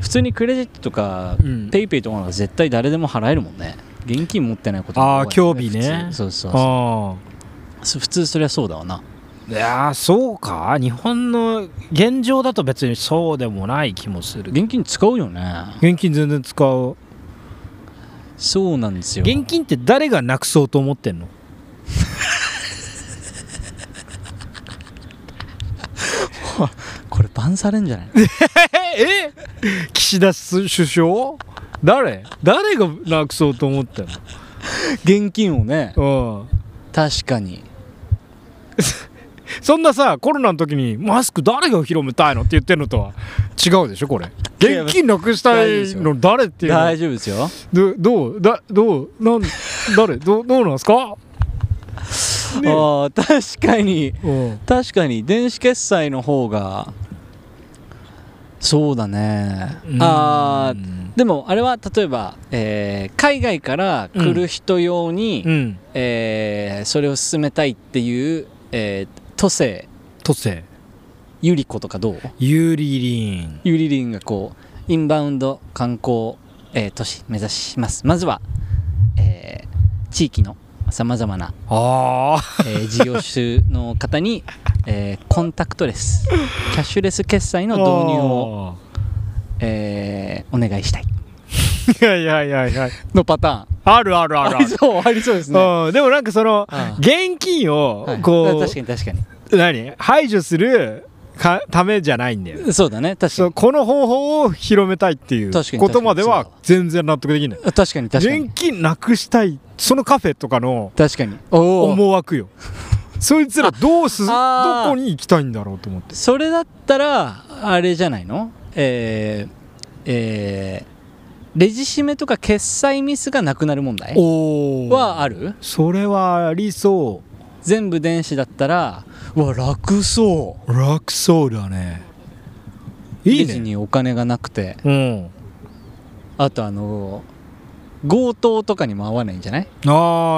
Speaker 4: 普通にクレジットとか、
Speaker 6: うん
Speaker 4: ペイペイとかの方が絶対誰でも払えるもんね現金持ってないこと
Speaker 6: あー興味ね
Speaker 4: 普通そうそうそう
Speaker 6: あ
Speaker 4: そ普通そりゃそうだわな
Speaker 6: あいやーそうか日本の現状だと別にそうでもない気もする
Speaker 4: 現金使うよね
Speaker 6: 現金全然使う
Speaker 4: そうなんですよ
Speaker 6: 現金って誰がなくそうと思ってんの
Speaker 4: これバンされんじゃ ない
Speaker 6: ええ岸田首相誰誰がなくそうと思ってん
Speaker 4: 現金をね
Speaker 6: のうん
Speaker 4: 確かに
Speaker 6: そんなさコロナの時にマスク誰が広めたいのって言ってんのとは違うでしょこれ
Speaker 4: いや
Speaker 6: 現金なくしたいの誰っていうの
Speaker 4: 大丈夫ですよ
Speaker 6: どどうだどうなん誰どうどうなんすかね
Speaker 4: あー確かに
Speaker 6: うん
Speaker 4: 確かに電子決済の方がそうだねあーでもあれは例えば、えー海外から来る人用に、
Speaker 6: うん
Speaker 4: えーそれを進めたいっていう、えー都政
Speaker 6: 都政
Speaker 4: ゆり子とかどう
Speaker 6: ユーリリン
Speaker 4: ゆりりんがこうインバウンド観光、えー都市目指しますまずは、えー地域のさまざまな、
Speaker 6: ああ
Speaker 4: えー事業種の方に、えーコンタクトレスキャッシュレス決済 の導入を、えーお願いしたい
Speaker 6: 入を はいはいはいはい
Speaker 4: のパタ
Speaker 6: あるあるあ
Speaker 4: ーン
Speaker 6: るあ
Speaker 4: あ
Speaker 6: る
Speaker 4: り そうありそうですね、
Speaker 6: うんでもなんかその
Speaker 4: うん
Speaker 6: 現金を
Speaker 4: はい
Speaker 6: こ
Speaker 4: 確かに確か
Speaker 6: う何排除するかためじゃないんだよ
Speaker 4: にそうだね確か
Speaker 6: そう
Speaker 4: に
Speaker 6: この方法を広めたいっていう
Speaker 4: 確かに
Speaker 6: ことまでは
Speaker 4: 確かに
Speaker 6: 全然納得できない
Speaker 4: 確かに確かに
Speaker 6: 現金なくしたいそのカフェとかの
Speaker 4: 確かにおー
Speaker 6: 思惑 よそいつらどうすど
Speaker 4: あー
Speaker 6: こに行きたいんだろうと思って
Speaker 4: それだったらあれじゃないのえーえーレジ締めとか決済ミスがなくなる問題
Speaker 6: お
Speaker 4: はある
Speaker 6: それはありそ
Speaker 4: 全部電子だったらうわ楽そう
Speaker 6: 楽そうだね
Speaker 4: う
Speaker 6: いい
Speaker 4: レジ
Speaker 6: ね
Speaker 4: にお金がなくて
Speaker 6: うん
Speaker 4: あとあのー強盗とかにも合わないんじゃない
Speaker 6: あ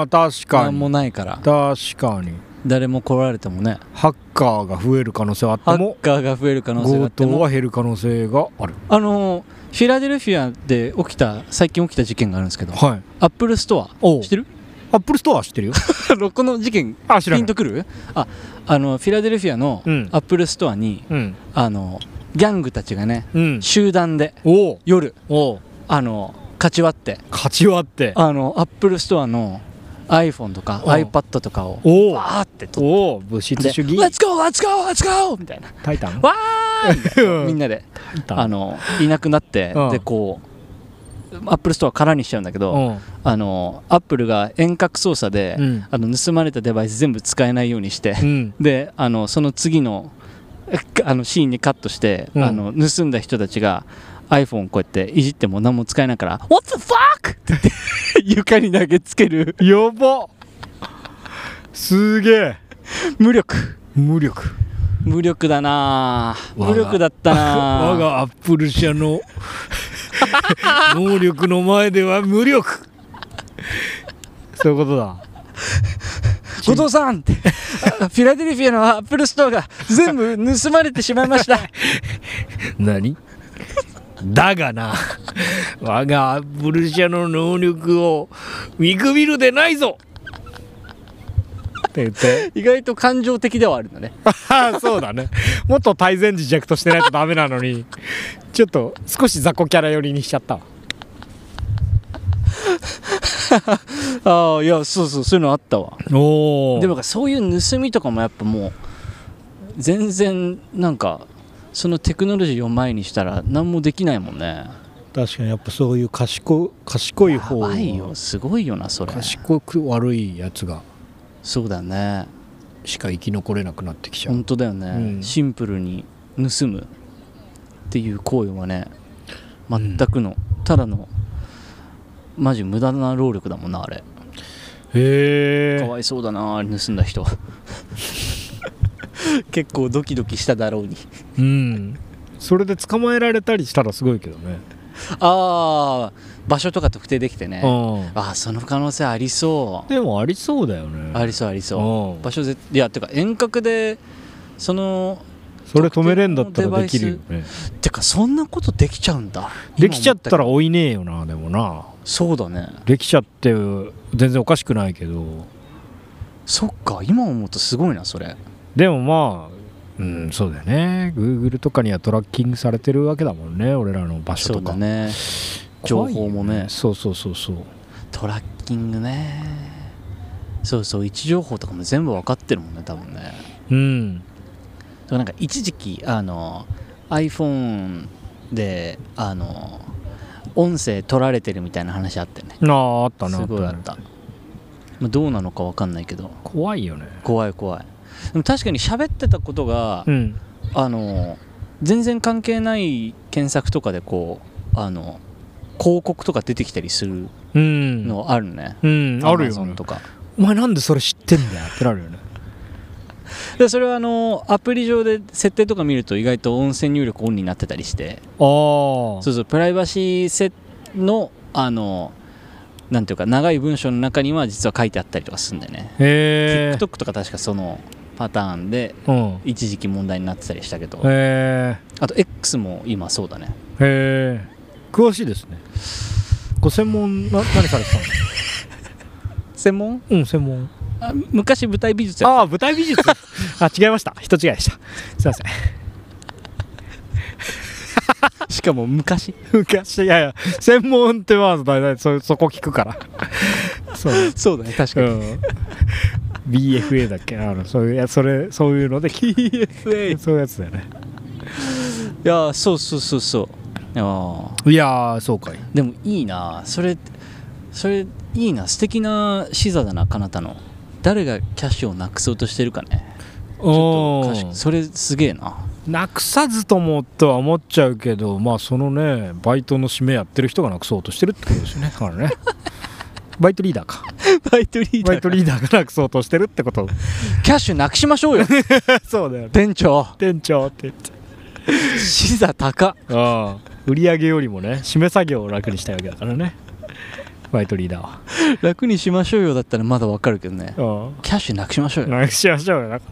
Speaker 6: ー確か
Speaker 4: 何
Speaker 6: に
Speaker 4: もないから
Speaker 6: 確かに
Speaker 4: 誰も来られてもね
Speaker 6: ハッカーが増える可能性はあって
Speaker 4: ハ
Speaker 6: も
Speaker 4: ッカーが増える可能性が
Speaker 6: 強
Speaker 4: あって
Speaker 6: 盗は
Speaker 4: も
Speaker 6: 減る可能性がある
Speaker 4: あのーフィラデルフィアで起きた最近起きた事件があるんですけど
Speaker 6: はい
Speaker 4: アップルスト
Speaker 6: お
Speaker 4: ア知ってる
Speaker 6: アップルストア知ってるよ
Speaker 4: この事件
Speaker 6: あ知ら
Speaker 4: ピ
Speaker 6: な
Speaker 4: ン
Speaker 6: い
Speaker 4: とくるああのフィラデルフィアの
Speaker 6: うん
Speaker 4: アップルストアに、
Speaker 6: うん
Speaker 4: あのギャングたちがね
Speaker 6: うん
Speaker 4: 集団で
Speaker 6: おう
Speaker 4: 夜
Speaker 6: おう
Speaker 4: あの勝ち割って
Speaker 6: 勝ち割って
Speaker 4: あのアップルストアの iPhone とか
Speaker 6: おう
Speaker 4: iPad とかを
Speaker 6: おう
Speaker 4: わーって取っ
Speaker 6: おお物質
Speaker 4: て
Speaker 6: 主
Speaker 4: 「
Speaker 6: 義
Speaker 4: Let's go! Let's go! Let's go!」みたいな
Speaker 6: タイタ ン
Speaker 4: 「わー!」 みたいな
Speaker 6: うん
Speaker 4: みんなで
Speaker 6: タイタン
Speaker 4: あのいなくなって
Speaker 6: うん
Speaker 4: でこうアップルストア空にしちゃうんだけど、
Speaker 6: うん
Speaker 4: あのアップルが遠隔操作で、
Speaker 6: うん
Speaker 4: あの盗まれたデバイス全部使えないようにして、
Speaker 6: うん
Speaker 4: であのその次のえかあのシーンにカットして、
Speaker 6: うん
Speaker 4: あの盗んだ人たちが iPhone こうやっていじっても何も使えないから「What the fuck!」って言って床に投げつける
Speaker 6: やばすげえ
Speaker 4: 無力
Speaker 6: 無力
Speaker 4: 無力だなあ
Speaker 6: 我が
Speaker 4: 無力だったなあ
Speaker 6: 我がアップル社の能力の前では無力そういうことだ
Speaker 4: 後藤さんってあ フィラデルフィアのアップルストアが全部盗まれてしまいました
Speaker 6: 何だがな我がアップル社の能力を見くびるでないぞって言って
Speaker 4: 意外と感情的ではあるのね
Speaker 6: ああそうだねもっと泰然自若としてないとダメなのにちょっと少し雑魚キャラ寄りにしちゃったわ
Speaker 4: ああいやそうそうそういうのあったわ
Speaker 6: おお
Speaker 4: でもなんかそういう盗みとかもやっぱもう全然なんかそのテクノロジーを前にしたら何もできないもんね
Speaker 6: 確かにやっぱそういう賢賢い
Speaker 4: や
Speaker 6: 方
Speaker 4: ばいよすごいよなそれ
Speaker 1: 賢く悪いやつが
Speaker 4: そうだね
Speaker 1: しか生き残れなくなってきちゃう
Speaker 4: 本当だよね、
Speaker 1: うん
Speaker 4: シンプルに盗むっていう行為はね全くの、ただのマジ無駄な労力だもんなあれ
Speaker 6: へ
Speaker 4: か
Speaker 6: え
Speaker 4: わいそうだなあれ盗んだ人結構ドキドキしただろうに
Speaker 6: うんそれで捕まえられたりしたらすごいけどね
Speaker 4: ああ場所とか特定できてね
Speaker 6: うん
Speaker 4: ああその可能性ありそう
Speaker 6: でもありそうだよね
Speaker 4: ありそうありそう
Speaker 6: うん
Speaker 4: 場所ぜいやてか遠隔でその
Speaker 6: それ止めれんだったらできるよね
Speaker 4: てかそんなことできちゃうんだ
Speaker 6: できちゃった
Speaker 4: 今
Speaker 6: ら
Speaker 4: 思
Speaker 6: 追いねえよなでもな
Speaker 4: けどそうだね
Speaker 6: できちゃって全然おかしくないけど
Speaker 4: そっか今思うとすごいなそれ
Speaker 6: でもまあうんそうだよね Google とかにはトラッキングされてるわけだもんね俺らの場所
Speaker 4: そ
Speaker 6: と
Speaker 4: うだ
Speaker 6: か
Speaker 4: ね情報もね
Speaker 6: そうそうそうそう
Speaker 4: トラッキングねそうそう位置情報とかも全部わかってるもんね多分ね
Speaker 6: うん
Speaker 4: だからなんか一時期あの iPhone であの音声取られてるみたいな話あってね
Speaker 6: あああったな
Speaker 4: すごいあっ
Speaker 6: ね
Speaker 4: た、まあ、どうなのかわかんないけど
Speaker 6: 怖いよね
Speaker 4: 怖い怖いでも確かに喋ってたことが、
Speaker 6: うん
Speaker 4: あの全然関係ない検索とかでこうあの広告とか出てきたりする
Speaker 6: うん
Speaker 4: のあるね、
Speaker 6: うんあるよ
Speaker 4: Amazon
Speaker 6: ね
Speaker 4: とか
Speaker 6: お前なんでそれ知ってんだよってなるよね
Speaker 4: でそれはあのアプリ上で設定とか見ると意外と音声入力オンになってたりして
Speaker 6: あ
Speaker 4: そうそうプライバシーせのあのなんていうか長い文章の中には実は書いてあったりとかするんだよね、
Speaker 6: あへえ
Speaker 4: TikTok とか確かそのパターンで
Speaker 6: うん
Speaker 4: 一時期問題になってたりしたけど
Speaker 6: へ
Speaker 4: あと X も今そうだね
Speaker 6: えへえ詳しいですねご専門な何されてたの
Speaker 4: 専門
Speaker 6: うん専門
Speaker 4: あ昔舞台美術や
Speaker 6: ああ舞台美 術あ違いました人違いでしたすいません
Speaker 4: しかも昔
Speaker 6: 昔いやいや専門ってワード大体そそこ聞くからそう、
Speaker 4: そうだね確
Speaker 6: う
Speaker 4: かに、
Speaker 6: ん、BFA だっけあのそういういやそれそういうので聞く
Speaker 4: FA
Speaker 6: そういうやつだよね
Speaker 4: いやそうそうそうそういやー
Speaker 6: いやーそうかい
Speaker 4: でもいいなそれそれいいな素敵な視座だなかなたの誰がキャッシュをなくそうとしてるかねちょっと賢いそれすげえな
Speaker 6: なくさずともとは思っちゃうけどまあそのねバイトの締めやってる人がなくそうとしてるってことですよ ねだからねバイトリーダーか
Speaker 4: バイトリー
Speaker 6: バイトリーダーがなくそうとしてるってこと
Speaker 4: キャッシュなくしましょ うよ
Speaker 6: そうだよね
Speaker 4: 店長
Speaker 6: 店長って言って
Speaker 4: 視座高
Speaker 6: ああ売り上げよりもね締め作業を楽にしたいわけだからねバイトリーダーは
Speaker 4: 楽にしましょうよだったらまだわかるけどね
Speaker 6: あ
Speaker 4: キャッシュなくし ましょう
Speaker 6: あ
Speaker 4: よ
Speaker 6: なんかしましょうよ なんか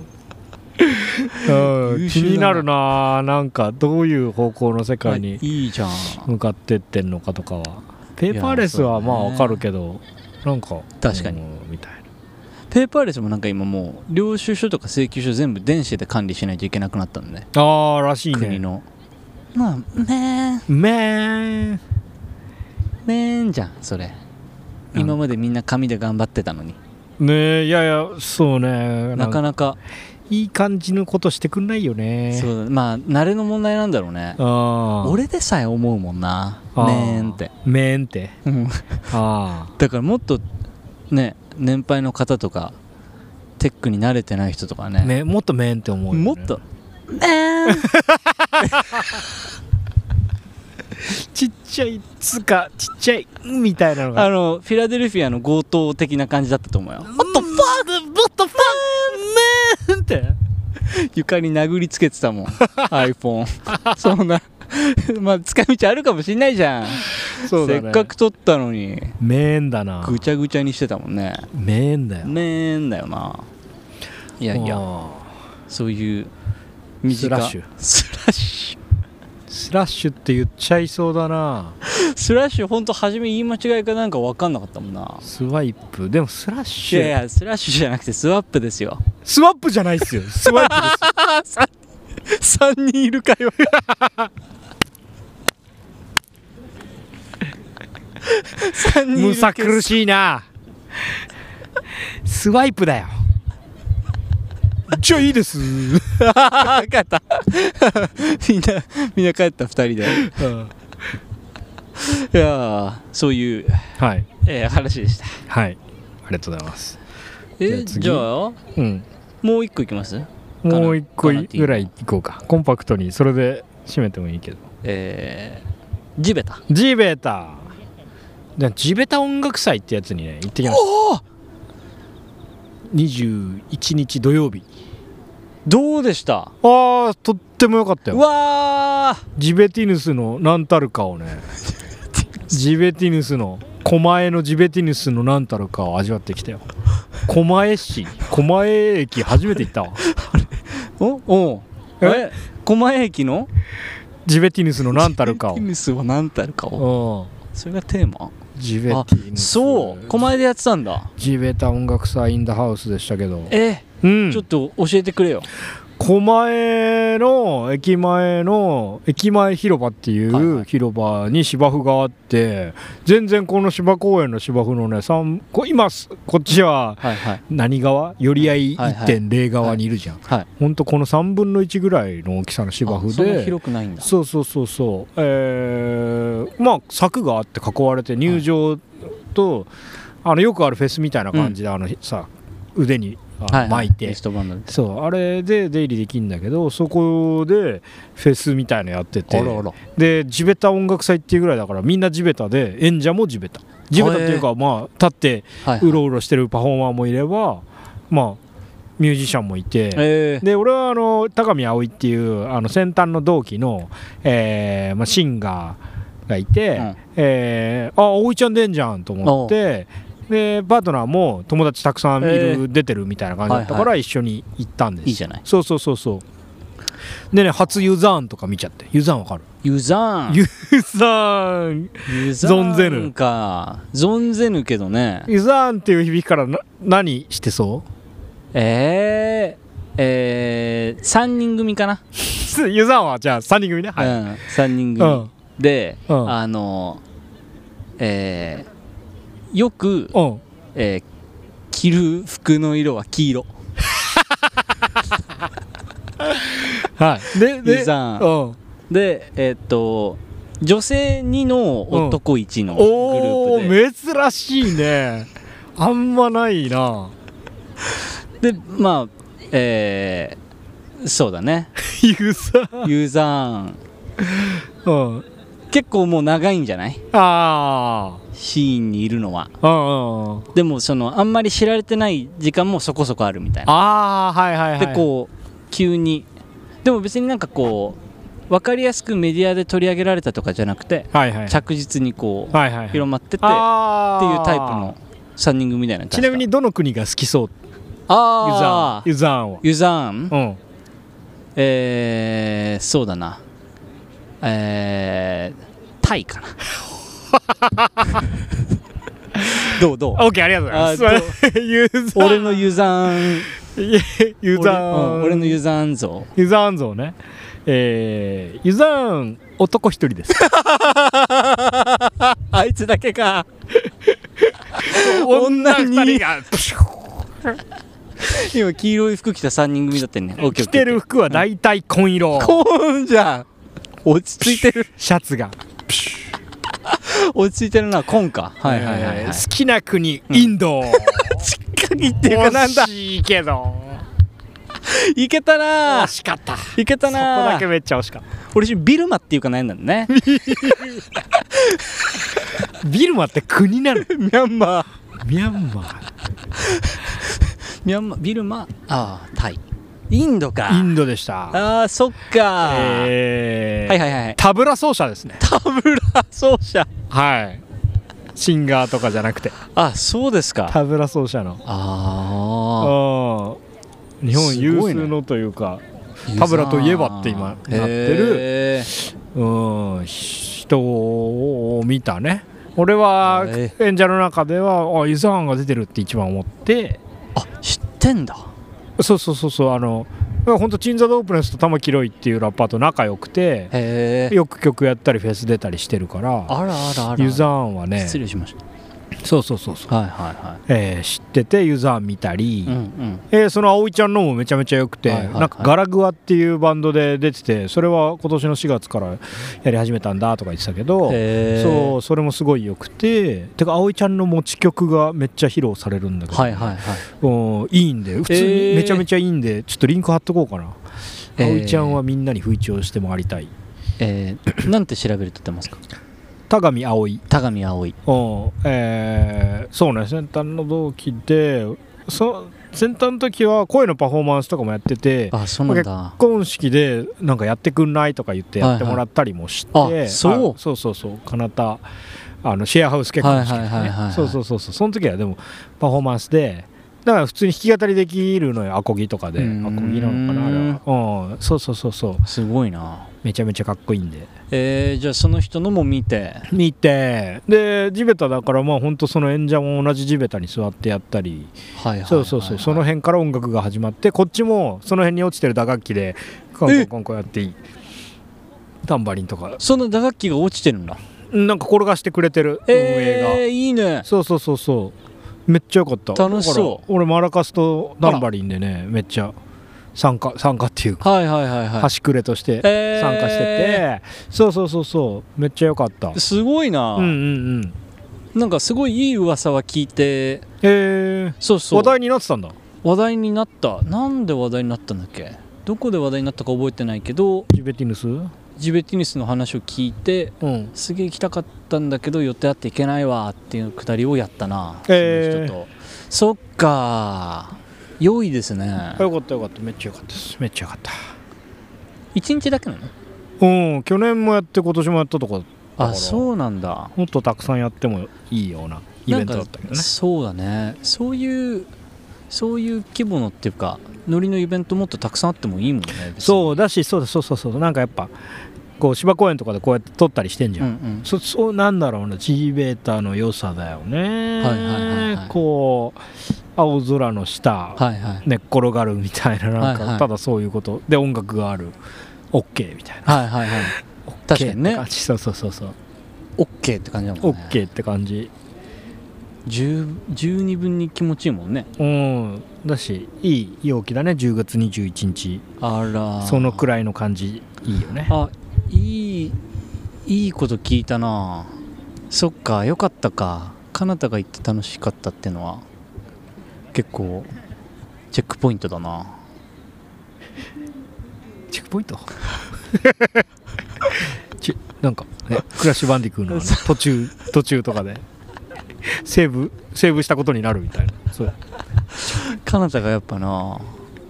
Speaker 6: うん
Speaker 4: 優
Speaker 6: 気
Speaker 4: 秀だな
Speaker 6: になるななんかどういう方向の世界
Speaker 4: ま
Speaker 6: に
Speaker 4: あいいじゃん
Speaker 6: 向かってってんのかとかはペーパーレスはまあ
Speaker 4: そうだね
Speaker 6: わかるけどなんか
Speaker 4: 確かに
Speaker 6: うんみたいな
Speaker 4: ペーパーレスもなんか今もう領収書とか請求書全部電子で管理しないといけなくなったんでね
Speaker 6: ああらしい
Speaker 4: 国
Speaker 6: ね
Speaker 4: のまあね
Speaker 6: めー
Speaker 4: えねえんじゃんそれ
Speaker 6: うん
Speaker 4: 今までみんな紙で頑張ってたのに
Speaker 6: ねえいやいやそうねな
Speaker 4: なんか
Speaker 6: か
Speaker 4: なか
Speaker 6: いい感じのことしてくんないよね
Speaker 4: そうだまあ慣れの問題なんだろうね
Speaker 6: ああ
Speaker 4: 俺でさえ思うもんなね
Speaker 6: あー
Speaker 4: えんって
Speaker 6: めーんって
Speaker 4: うん
Speaker 6: あ
Speaker 4: だからもっとね年配の方とかテックに慣れてない人とか
Speaker 6: あ
Speaker 4: ね
Speaker 6: めもっとめーんって思うよね
Speaker 4: もっとね えん
Speaker 6: ちっちゃいつかちっちゃいんみたいなの
Speaker 4: あ
Speaker 6: が
Speaker 4: のフィラデルフィアの強盗的な感じだったと思うよ
Speaker 6: もっとファーもっとファーメーンって
Speaker 4: 床に殴りつけてたもん iPhone そんなまあ使い道あるかもしんないじゃん、せっかく撮ったのに
Speaker 6: メーンだな
Speaker 4: ぐちゃぐちゃにしてたもんね
Speaker 6: メーンだよ
Speaker 4: ねえんだよないやいや
Speaker 6: や
Speaker 4: そういう
Speaker 6: スラッシュ
Speaker 4: スラッシュ
Speaker 6: スラッシュって言っちゃいそうだな
Speaker 4: スラッシュほんと初め言い間違いかなんか分かんなかったもんな
Speaker 6: スワイプでもスラッシ
Speaker 4: い
Speaker 6: ュ
Speaker 4: やいやスラッシュじゃなくてスワップですよ
Speaker 6: スワップじゃないっ すよスワイプです
Speaker 4: 3人いるかよ。 3人いるけど
Speaker 6: むさ苦しいなスワイプだよじゃあいいです
Speaker 4: ああ帰ったみんなみんな帰った2人でいやーそういう、
Speaker 6: はい
Speaker 4: えー話でした
Speaker 6: はいありがとうございます
Speaker 4: え
Speaker 6: じゃあ次
Speaker 4: じゃあ
Speaker 6: うん
Speaker 4: もう1個いきます
Speaker 6: もう一個
Speaker 4: ガラティーナ
Speaker 6: ぐらいいこうかコンパクトにそれで締めてもいいけど
Speaker 4: えー、地べた
Speaker 6: ジベタじゃあジベタ音楽祭ってやつにね行ってきました21日土曜日
Speaker 4: どうでし
Speaker 6: あ
Speaker 4: た
Speaker 6: あとってもよかった
Speaker 4: う
Speaker 6: よ
Speaker 4: わー
Speaker 6: ジベティヌスの何たるかをねジベティヌスの狛江のジベティヌスの何たるかを味わってきたよ狛江市狛江駅初めて行ったわ
Speaker 4: おおう
Speaker 6: え
Speaker 4: え狛江駅の
Speaker 6: ジベティヌスの何たるか
Speaker 4: テニスは何たるかを
Speaker 6: をう
Speaker 4: それがテーマ
Speaker 6: んジベティヌス
Speaker 4: そう狛江でやってたんだ
Speaker 6: ジベタ音楽祭インダハウスでしたけど
Speaker 4: え
Speaker 6: うん
Speaker 4: ちょっと教えてくれよ、
Speaker 6: 狛江の駅前の駅前広場ってい
Speaker 4: はいは
Speaker 6: う広場に芝生があって全然この芝公園の芝生のね三こ今すこっちは
Speaker 4: はいはい
Speaker 6: 何側寄り合い
Speaker 4: はいはい
Speaker 6: 1.0側にいるじゃん、
Speaker 4: はい
Speaker 6: ほんとこの3分の1ぐらいの大きさの芝
Speaker 4: あ
Speaker 6: 生
Speaker 4: そんな
Speaker 6: で
Speaker 4: 広くないんだ
Speaker 6: そうそうそうそうえーまあ柵があって囲われて入場と、あのよくあるフェスみたいな感じで、あのさ腕にあの巻いて
Speaker 4: リストバンドで
Speaker 6: そうあれで出入りできるんだけどそこでフェスみたいのやってて
Speaker 4: あらあら
Speaker 6: で地べた音楽祭っていうぐらいだからみんな地べたで演者も地べた地べたっていうかまあ立って
Speaker 4: はい、は
Speaker 6: う
Speaker 4: い、
Speaker 6: ろうろしてるパフォーマーもいればまあミュージシャンもいて
Speaker 4: えー、
Speaker 6: で俺はあの高見葵っていうあの先端の同期の、えーまあ、シンガーがいて、
Speaker 4: うん
Speaker 6: えーあ葵ちゃん出んじゃんと思ってでパートナーも友達たくさんいる、
Speaker 4: え
Speaker 6: 出てるみたいな感じだったか
Speaker 4: はい
Speaker 6: ら一緒に行ったんです、
Speaker 4: いいじゃない
Speaker 6: そうそうそうそうでね初ユザーンとか見ちゃってユザーンわかる
Speaker 4: ユザーン
Speaker 6: ユザーン
Speaker 4: ユザーン
Speaker 6: 存ぜぬ
Speaker 4: か存ぜぬけどね
Speaker 6: ユザーンっていう響きからな何してそ
Speaker 4: えーえー、3人組かな、
Speaker 6: う ユザーンはじゃあ3人組ねはい、
Speaker 4: うん、3人
Speaker 6: う
Speaker 4: 組、
Speaker 6: ん
Speaker 4: で、
Speaker 6: うん
Speaker 4: あのえー、よく、
Speaker 6: うん
Speaker 4: えー着る服の色は黄色
Speaker 6: はいでで
Speaker 4: ユザーン
Speaker 6: うん
Speaker 4: でえーっと女性2の男1のグル
Speaker 6: お
Speaker 4: ープで、
Speaker 6: ー珍しいねあんまないな
Speaker 4: でまあえー、そう だね
Speaker 6: ユザー
Speaker 4: ユザーン
Speaker 6: うん
Speaker 4: 結構もう長いんじゃない
Speaker 6: あ
Speaker 4: シーンにいるのは
Speaker 6: あうんうんうん
Speaker 4: でもそのあんまり知られてない時間もそこそこあるみたいな
Speaker 6: ああはいはいはい
Speaker 4: でこう急にでも別になんかこう分かりやすくメディアで取り上げられたとかじゃなくて
Speaker 6: はいはい
Speaker 4: 着実にこう
Speaker 6: はいはいはい
Speaker 4: 広まってってっ
Speaker 6: あ
Speaker 4: て
Speaker 6: ー
Speaker 4: いうタイプの3人組みたいな
Speaker 6: ちなみに
Speaker 4: 確か
Speaker 6: どの国が好きそう
Speaker 4: あー
Speaker 6: ユザーンは
Speaker 4: ユザーン
Speaker 6: うん
Speaker 4: えー、そうだなえー、タイかな どうどう
Speaker 6: オッケーありがとうございます
Speaker 4: あー
Speaker 6: すいません ユザーン
Speaker 4: 俺のユザーン
Speaker 6: ユザー
Speaker 4: 俺,、う
Speaker 6: ン
Speaker 4: ん俺のユザーン像
Speaker 6: ユザーン像ねえーユザーン男一人です
Speaker 4: あいつだけか
Speaker 6: 女
Speaker 4: 女
Speaker 6: 二人
Speaker 4: に
Speaker 6: が
Speaker 4: 今黄色い服着た3人組だったよね
Speaker 6: 着てる服は大体紺色
Speaker 4: こんじゃん落ち着いてる
Speaker 6: シャツが
Speaker 4: 落ち着いてるなコンかはいはいはい、
Speaker 6: え
Speaker 4: はい、
Speaker 6: ー好きな国イン ド
Speaker 4: 鍵っていうかなんだ
Speaker 6: 惜しいけど
Speaker 4: いけたな
Speaker 6: 惜しかった
Speaker 4: いけた
Speaker 6: そこだ
Speaker 4: な
Speaker 6: けめっちゃ惜しかっ
Speaker 4: 俺一瞬ビルマっていうか悩んだ んだねミ
Speaker 6: たビルマって国なの
Speaker 4: ャンマー
Speaker 6: ミャンマー
Speaker 4: ミャンマービルマああタイインドか
Speaker 6: インドでした
Speaker 4: あーそっか、
Speaker 6: えー
Speaker 4: はいはいはい
Speaker 6: タブラ奏者ですね
Speaker 4: タブラ奏者
Speaker 6: はいシンガーとかじゃなくて
Speaker 4: あそうですか
Speaker 6: タブラ奏者の
Speaker 4: あ
Speaker 6: うん日本
Speaker 4: す
Speaker 6: 有
Speaker 4: ごいね
Speaker 6: 数のというか、
Speaker 4: あ
Speaker 6: タブラといえばって今なってる
Speaker 4: る
Speaker 6: うん人を見たね俺は
Speaker 4: はい
Speaker 6: 演者の中ではあユザーンが出てるって一番思って
Speaker 4: あ知ってんだ
Speaker 6: そうそうそうそうあのからほんとチン・ザ・ドープネスと玉木ロイっていうラッパーと仲良くて
Speaker 4: へえ
Speaker 6: よく曲やったりフェス出たりしてるから
Speaker 4: あらあらあら
Speaker 6: ユザーンはね
Speaker 4: 失礼しまし
Speaker 6: そうそうそうそう、
Speaker 4: たはいはいは
Speaker 6: えー知っててユザーン見たり、
Speaker 4: いうんうん
Speaker 6: えーその葵ちゃんのもめちゃめちゃ良くて、
Speaker 4: はいはいはい
Speaker 6: なんかガラグアっていうバンドで出ててそれは今年の4月からやり始めたんだとか言ってたけど
Speaker 4: へー
Speaker 6: そうそれもすごい良くててか葵ちゃんの持ち曲がめっちゃ披露されるんだけど、
Speaker 4: はいはいはい
Speaker 6: うんいいんで普通
Speaker 4: へ
Speaker 6: に
Speaker 4: ー
Speaker 6: めちゃめちゃいいんで、ちょっとリンク貼っとこうかな、
Speaker 4: えー
Speaker 6: 葵ちゃんはみんなに吹聴して回りたい
Speaker 4: えーなんて調べると出ます か
Speaker 6: 田上葵
Speaker 4: 田上葵
Speaker 6: うんえーそうね先端の同期でそ先端の時は声のパフォーマンスとかもやってて
Speaker 4: あそうなんだ
Speaker 6: 結婚式でなんかやってくんないとか言ってやってもらったりもして、
Speaker 4: はいはいあそう
Speaker 6: あそうそうそうかなたあのシェアハウス結婚式とかね、
Speaker 4: はいはいはいはいはい
Speaker 6: そうそうそうそうその時はでもパフォーマンスでだから普通に弾き語りできるのよアコギとかで
Speaker 4: う
Speaker 6: ア
Speaker 4: ーん
Speaker 6: コギなのかなあれはうんそうそうそうそう
Speaker 4: すごいな
Speaker 6: めちゃめちゃかっこいいんで
Speaker 4: えー、じゃあその人のも見て
Speaker 6: 見てで地べただからまあ本当その演者も同じ地べたに座ってやったり
Speaker 4: はいはいはい、はい、
Speaker 6: そうそうそうその辺から音楽が始まってこっちもその辺に落ちてる打楽器でコンコンコンコンやっていいタンバリンとか
Speaker 4: その打楽器が落ちてるんだ
Speaker 6: なんか転がしてくれてる運営が、
Speaker 4: えー、いいね
Speaker 6: そうそうそうそうめっちゃ良かった
Speaker 4: 楽しそう
Speaker 6: だから俺マラカスとタンバリンでねめっちゃ参加参加っていうか、
Speaker 4: はいはいはいは
Speaker 6: 端くれとして
Speaker 4: えー
Speaker 6: 参加してて、そうそうそうそうめっちゃ良かった
Speaker 4: いすごいな、
Speaker 6: うんうんうん
Speaker 4: なんかすごいいい噂は聞いて
Speaker 6: え
Speaker 4: そうそう
Speaker 6: 話題になってたんだ
Speaker 4: 話題になったなんで話題になったんだっけどこで話題になったか覚えてないけど
Speaker 6: ジベティヌスう
Speaker 4: ジベティニスの話を聞いて
Speaker 6: ん
Speaker 4: すげえ行きたかったんだけど予定あって行けないわっていうくだりをやったな、
Speaker 6: えー
Speaker 4: その人とそっか良いですね
Speaker 6: よかったよかっためっちゃ良かったですめっちゃ良かった
Speaker 4: 一日だけなの
Speaker 6: うん去年もやって今年もやったとこ
Speaker 4: あ
Speaker 6: う
Speaker 4: そうなんだ
Speaker 6: もっとたくさんやってもいいようなイベントだったけど
Speaker 4: なん
Speaker 6: ね
Speaker 4: かそうだねそういうそういう規模のっていうかノリのイベントもっとたくさんあってもいいもんねう
Speaker 6: そうだしそうだそうそうそうなんかやっぱこう芝公園とかでこうやって撮ったりしてんじゃ、
Speaker 4: うんん
Speaker 6: そそうなんだろうなチーベーターの良さだよね、
Speaker 4: はいはいはいはい
Speaker 6: こう青空の下、
Speaker 4: うんはいはい
Speaker 6: 寝っ転がるみたいななんか、
Speaker 4: はいはい
Speaker 6: ただそういうことで音楽がある OK みたいな
Speaker 4: はいはいはい
Speaker 6: OK
Speaker 4: 確かにね
Speaker 6: って感じそうそうそうそう
Speaker 4: OK って感じだもんね
Speaker 6: OK って感じ
Speaker 4: 10, 12分に気持ちいいもんね
Speaker 6: うんだしいい陽気だね10月21日
Speaker 4: あら
Speaker 6: そのく
Speaker 4: らい
Speaker 6: らいの感じいいよね
Speaker 4: あいいいいこと聞いたなそっかよかったかかなたが行って楽しかったってのは結構チェックポイントだな
Speaker 6: チェックポイント ちなんかねクラッシュバンディクーのあの途中途中とかでセーブセーブしたことになるみたいなそう
Speaker 4: かなたがやっぱな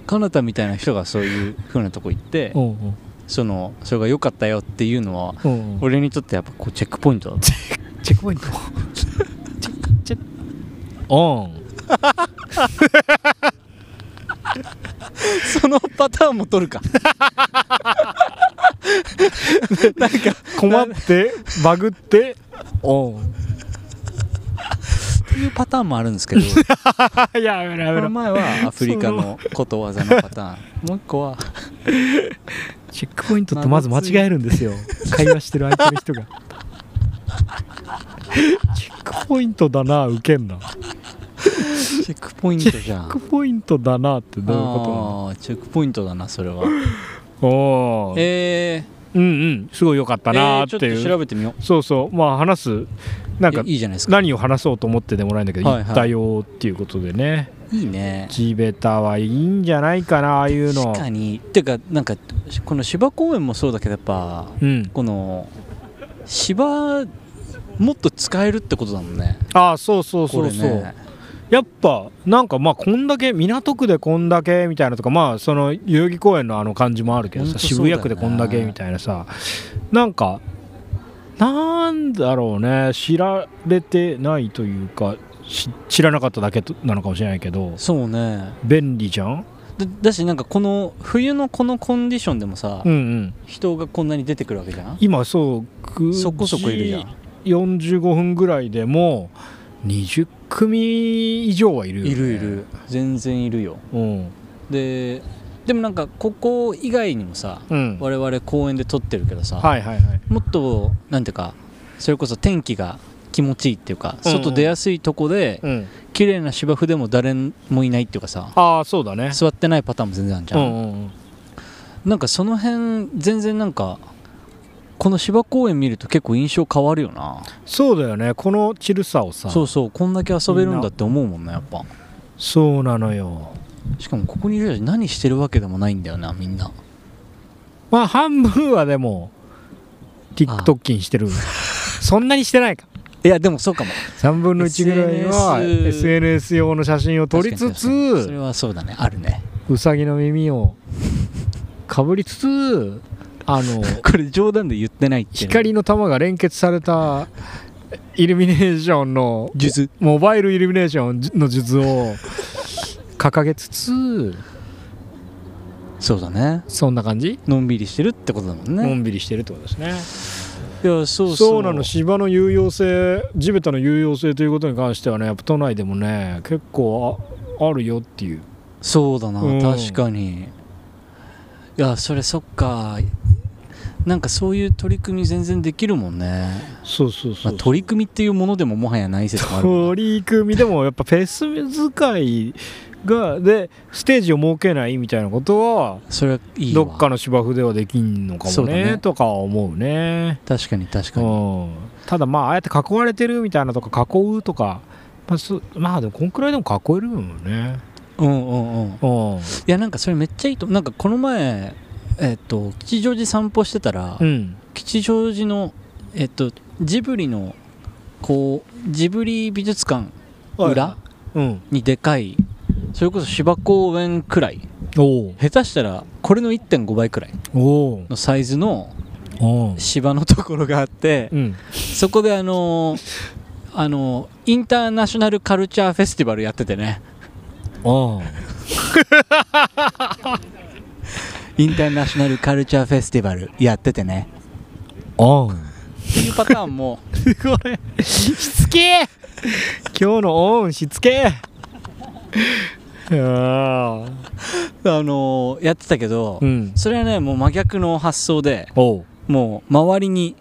Speaker 4: かなたみたいな人がそういう風なとこ行って
Speaker 6: うんうん
Speaker 4: そのそれが良かったよっていうのは
Speaker 6: うんうん
Speaker 4: 俺にとってやっぱこうチェックポイントだった
Speaker 6: チェックポイントチェックチェックオン
Speaker 4: そのパターンも取るかなんか
Speaker 6: 困ってバグってオン
Speaker 4: そういうパターンもあるん ですけど
Speaker 6: やめろやめ
Speaker 4: こ
Speaker 6: ろ
Speaker 4: の前はアフリカのことわざのパターン もう一個は
Speaker 6: チェックポイントってまず間違えるんですよ会話してる相手の人がチェックポイントだなウケんなチ
Speaker 4: チェックポイントじゃん
Speaker 6: ェックポイントだなってどういうことなんだ
Speaker 4: あーチェックポイントだなそれは
Speaker 6: おお、
Speaker 4: え
Speaker 6: うんうんすごい良かった
Speaker 4: ー、
Speaker 6: な
Speaker 4: えー
Speaker 6: ー
Speaker 4: ちょ
Speaker 6: っ
Speaker 4: って
Speaker 6: い
Speaker 4: と
Speaker 6: う、
Speaker 4: 調べてみよ
Speaker 6: そうそうまあ話すなん
Speaker 4: う
Speaker 6: か
Speaker 4: いいいじゃないですか
Speaker 6: 何を話そうと思ってでもないんだけど、
Speaker 4: はいはい
Speaker 6: 言ったよーっていうことでね
Speaker 4: いいね
Speaker 6: 地べたはいいんじゃないかなああいうの
Speaker 4: 確かにてかなんかこの芝公園もそうだけどやっぱ
Speaker 6: うん
Speaker 4: この芝もっと使えるってことだもんね
Speaker 6: ああそうそう
Speaker 4: こ
Speaker 6: そ
Speaker 4: れ
Speaker 6: う
Speaker 4: ね
Speaker 6: そう、やっぱなんかまあこんだけ港区でこんだけみたいなとかまあその代々木公園のあの感じもあるけど
Speaker 4: ほん
Speaker 6: さ
Speaker 4: とそうだよ
Speaker 6: 渋谷区で
Speaker 4: ね
Speaker 6: こんだけみたいなさなんかなんだろうね知られてないというかし知らなかっただけとなのかもしれないけど
Speaker 4: そうね
Speaker 6: 便利じゃん
Speaker 4: だだしなんかこの冬のこのコンディションでもさ、
Speaker 6: うんうん
Speaker 4: 人がこんなに出てくるわけじゃん
Speaker 6: 今そう9
Speaker 4: そこそこいるじゃん
Speaker 6: 45分ぐらいでもう20組以上はいるよ、ね、
Speaker 4: いるいる全然いるよ
Speaker 6: うん
Speaker 4: ででもなんかここ以外にもさ
Speaker 6: うんはい
Speaker 4: 我々公園で撮ってるけどさ、
Speaker 6: はいはい
Speaker 4: もっとなんていうかそれこそ天気が気持ちいいっていうか
Speaker 6: うんうん
Speaker 4: 外出やすいとこで
Speaker 6: うん
Speaker 4: 綺麗な芝生でも誰もいないっていうかさ
Speaker 6: ああそうだね
Speaker 4: 座ってないパターンも全然あるじ
Speaker 6: う
Speaker 4: ゃ
Speaker 6: ん
Speaker 4: ん、
Speaker 6: うんうん
Speaker 4: なんかその辺全然なんかこの芝公園見ると結構印象変わるよな
Speaker 6: そうだよねこのチルさをさ
Speaker 4: そうそうこんだけ遊べるんだって思うもんなやっぱ
Speaker 6: そうなのよ
Speaker 4: しかもここにいる人たち何してるわけでもないんだよなみんな
Speaker 6: まあ半分はでも TikTok にしてるそんなにしてないか
Speaker 4: いやでもそうかも
Speaker 6: 3分の1ぐらいは
Speaker 4: SNS
Speaker 6: SNS 用の写真を撮 りつ
Speaker 4: 確かに確かにそ
Speaker 6: つ
Speaker 4: れはそうだねあるね
Speaker 6: うさぎの耳をかぶりつつあ の
Speaker 4: これ冗談で言ってないっていう
Speaker 6: 光の玉が連結されたイルミネーションの
Speaker 4: 術
Speaker 6: モバイルイルミネーションの術を掲げつつ
Speaker 4: そうだね
Speaker 6: そんな感じ
Speaker 4: のんびりしてるってことだもん
Speaker 6: の
Speaker 4: ね、
Speaker 6: んびりしてるってことですね
Speaker 4: いやそうそう
Speaker 6: そうなの芝の有用性地べたの有用性ということに関してはねやっぱ都内でもね結構ああるよっていう
Speaker 4: そうだな、
Speaker 6: うん
Speaker 4: 確かにいやそれそっかなんかそういう取り組み全然できるもんね
Speaker 6: そうそう
Speaker 4: まあ、取り組みっていうものでももはやない説もあ るもんね
Speaker 6: 取り組みでもやっぱフェス使いがでステージを設けないみたいなことは
Speaker 4: それはいいわ
Speaker 6: どっかの芝生ではできんのか
Speaker 4: そ
Speaker 6: も
Speaker 4: うだ
Speaker 6: ね
Speaker 4: ね
Speaker 6: とかは思うね、
Speaker 4: 確かに確
Speaker 6: う
Speaker 4: かに
Speaker 6: ん、ただまあああやって囲われてるみたいなとか囲うとか、まあ、そうまあでもこんくらいでも囲えるもんね、
Speaker 4: うんうんう
Speaker 6: う
Speaker 4: ん
Speaker 6: ん
Speaker 4: いやなんかそれめっちゃいいと思うなんかこの前えっ、と吉祥寺散歩してたら、
Speaker 6: うん、
Speaker 4: 吉祥寺のえっ、とジブリのこうジブリ美術館裏
Speaker 6: うん
Speaker 4: にでかいそれこそ芝公園くらい
Speaker 6: おお
Speaker 4: 下手したらこれの1.5倍くらい
Speaker 6: おう
Speaker 4: のサイズの
Speaker 6: おう
Speaker 4: 芝のところがあって
Speaker 6: うん
Speaker 4: そこであのーあのーインターナショナルカルチャーフェスティバルやっててね
Speaker 6: あ
Speaker 4: インターナショナルカルチャーフェスティバルやっててね
Speaker 6: あああ
Speaker 4: っていうパター ンも
Speaker 6: これしつけえ今日のオンしつけえああ
Speaker 4: あのーやってたけど、
Speaker 6: うん
Speaker 4: それはねもう真逆の発想で
Speaker 6: おう
Speaker 4: もう周りに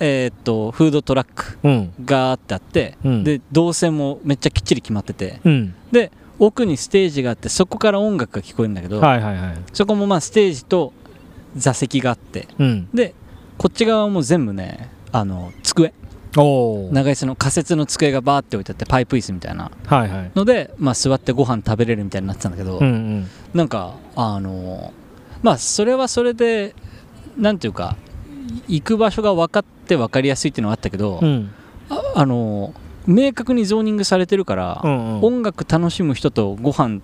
Speaker 4: えーっとフードトラック
Speaker 6: うん
Speaker 4: がーってあって、
Speaker 6: うん
Speaker 4: で動線もめっちゃきっちり決まってて
Speaker 6: うん
Speaker 4: で奥にステージがあってそこから音楽が聞こえるんだけど、
Speaker 6: はいはいはい
Speaker 4: そこもまあステージと座席があって
Speaker 6: うん
Speaker 4: でこっち側も全部ねあの机
Speaker 6: おう
Speaker 4: 長いその仮設の机がバーって置いてあってパイプ椅子みたいな
Speaker 6: はいはい
Speaker 4: ので、まあ、座ってご飯食べれるみたいになってたんだけど、
Speaker 6: うんうん
Speaker 4: なんかあのまあそれはそれでなんていうかい行く場所が分かって分かりやすいっていうのはあったけど、
Speaker 6: うん
Speaker 4: ああの明確にゾーニングされてるから、
Speaker 6: うんうん
Speaker 4: 音楽楽しむ人とご飯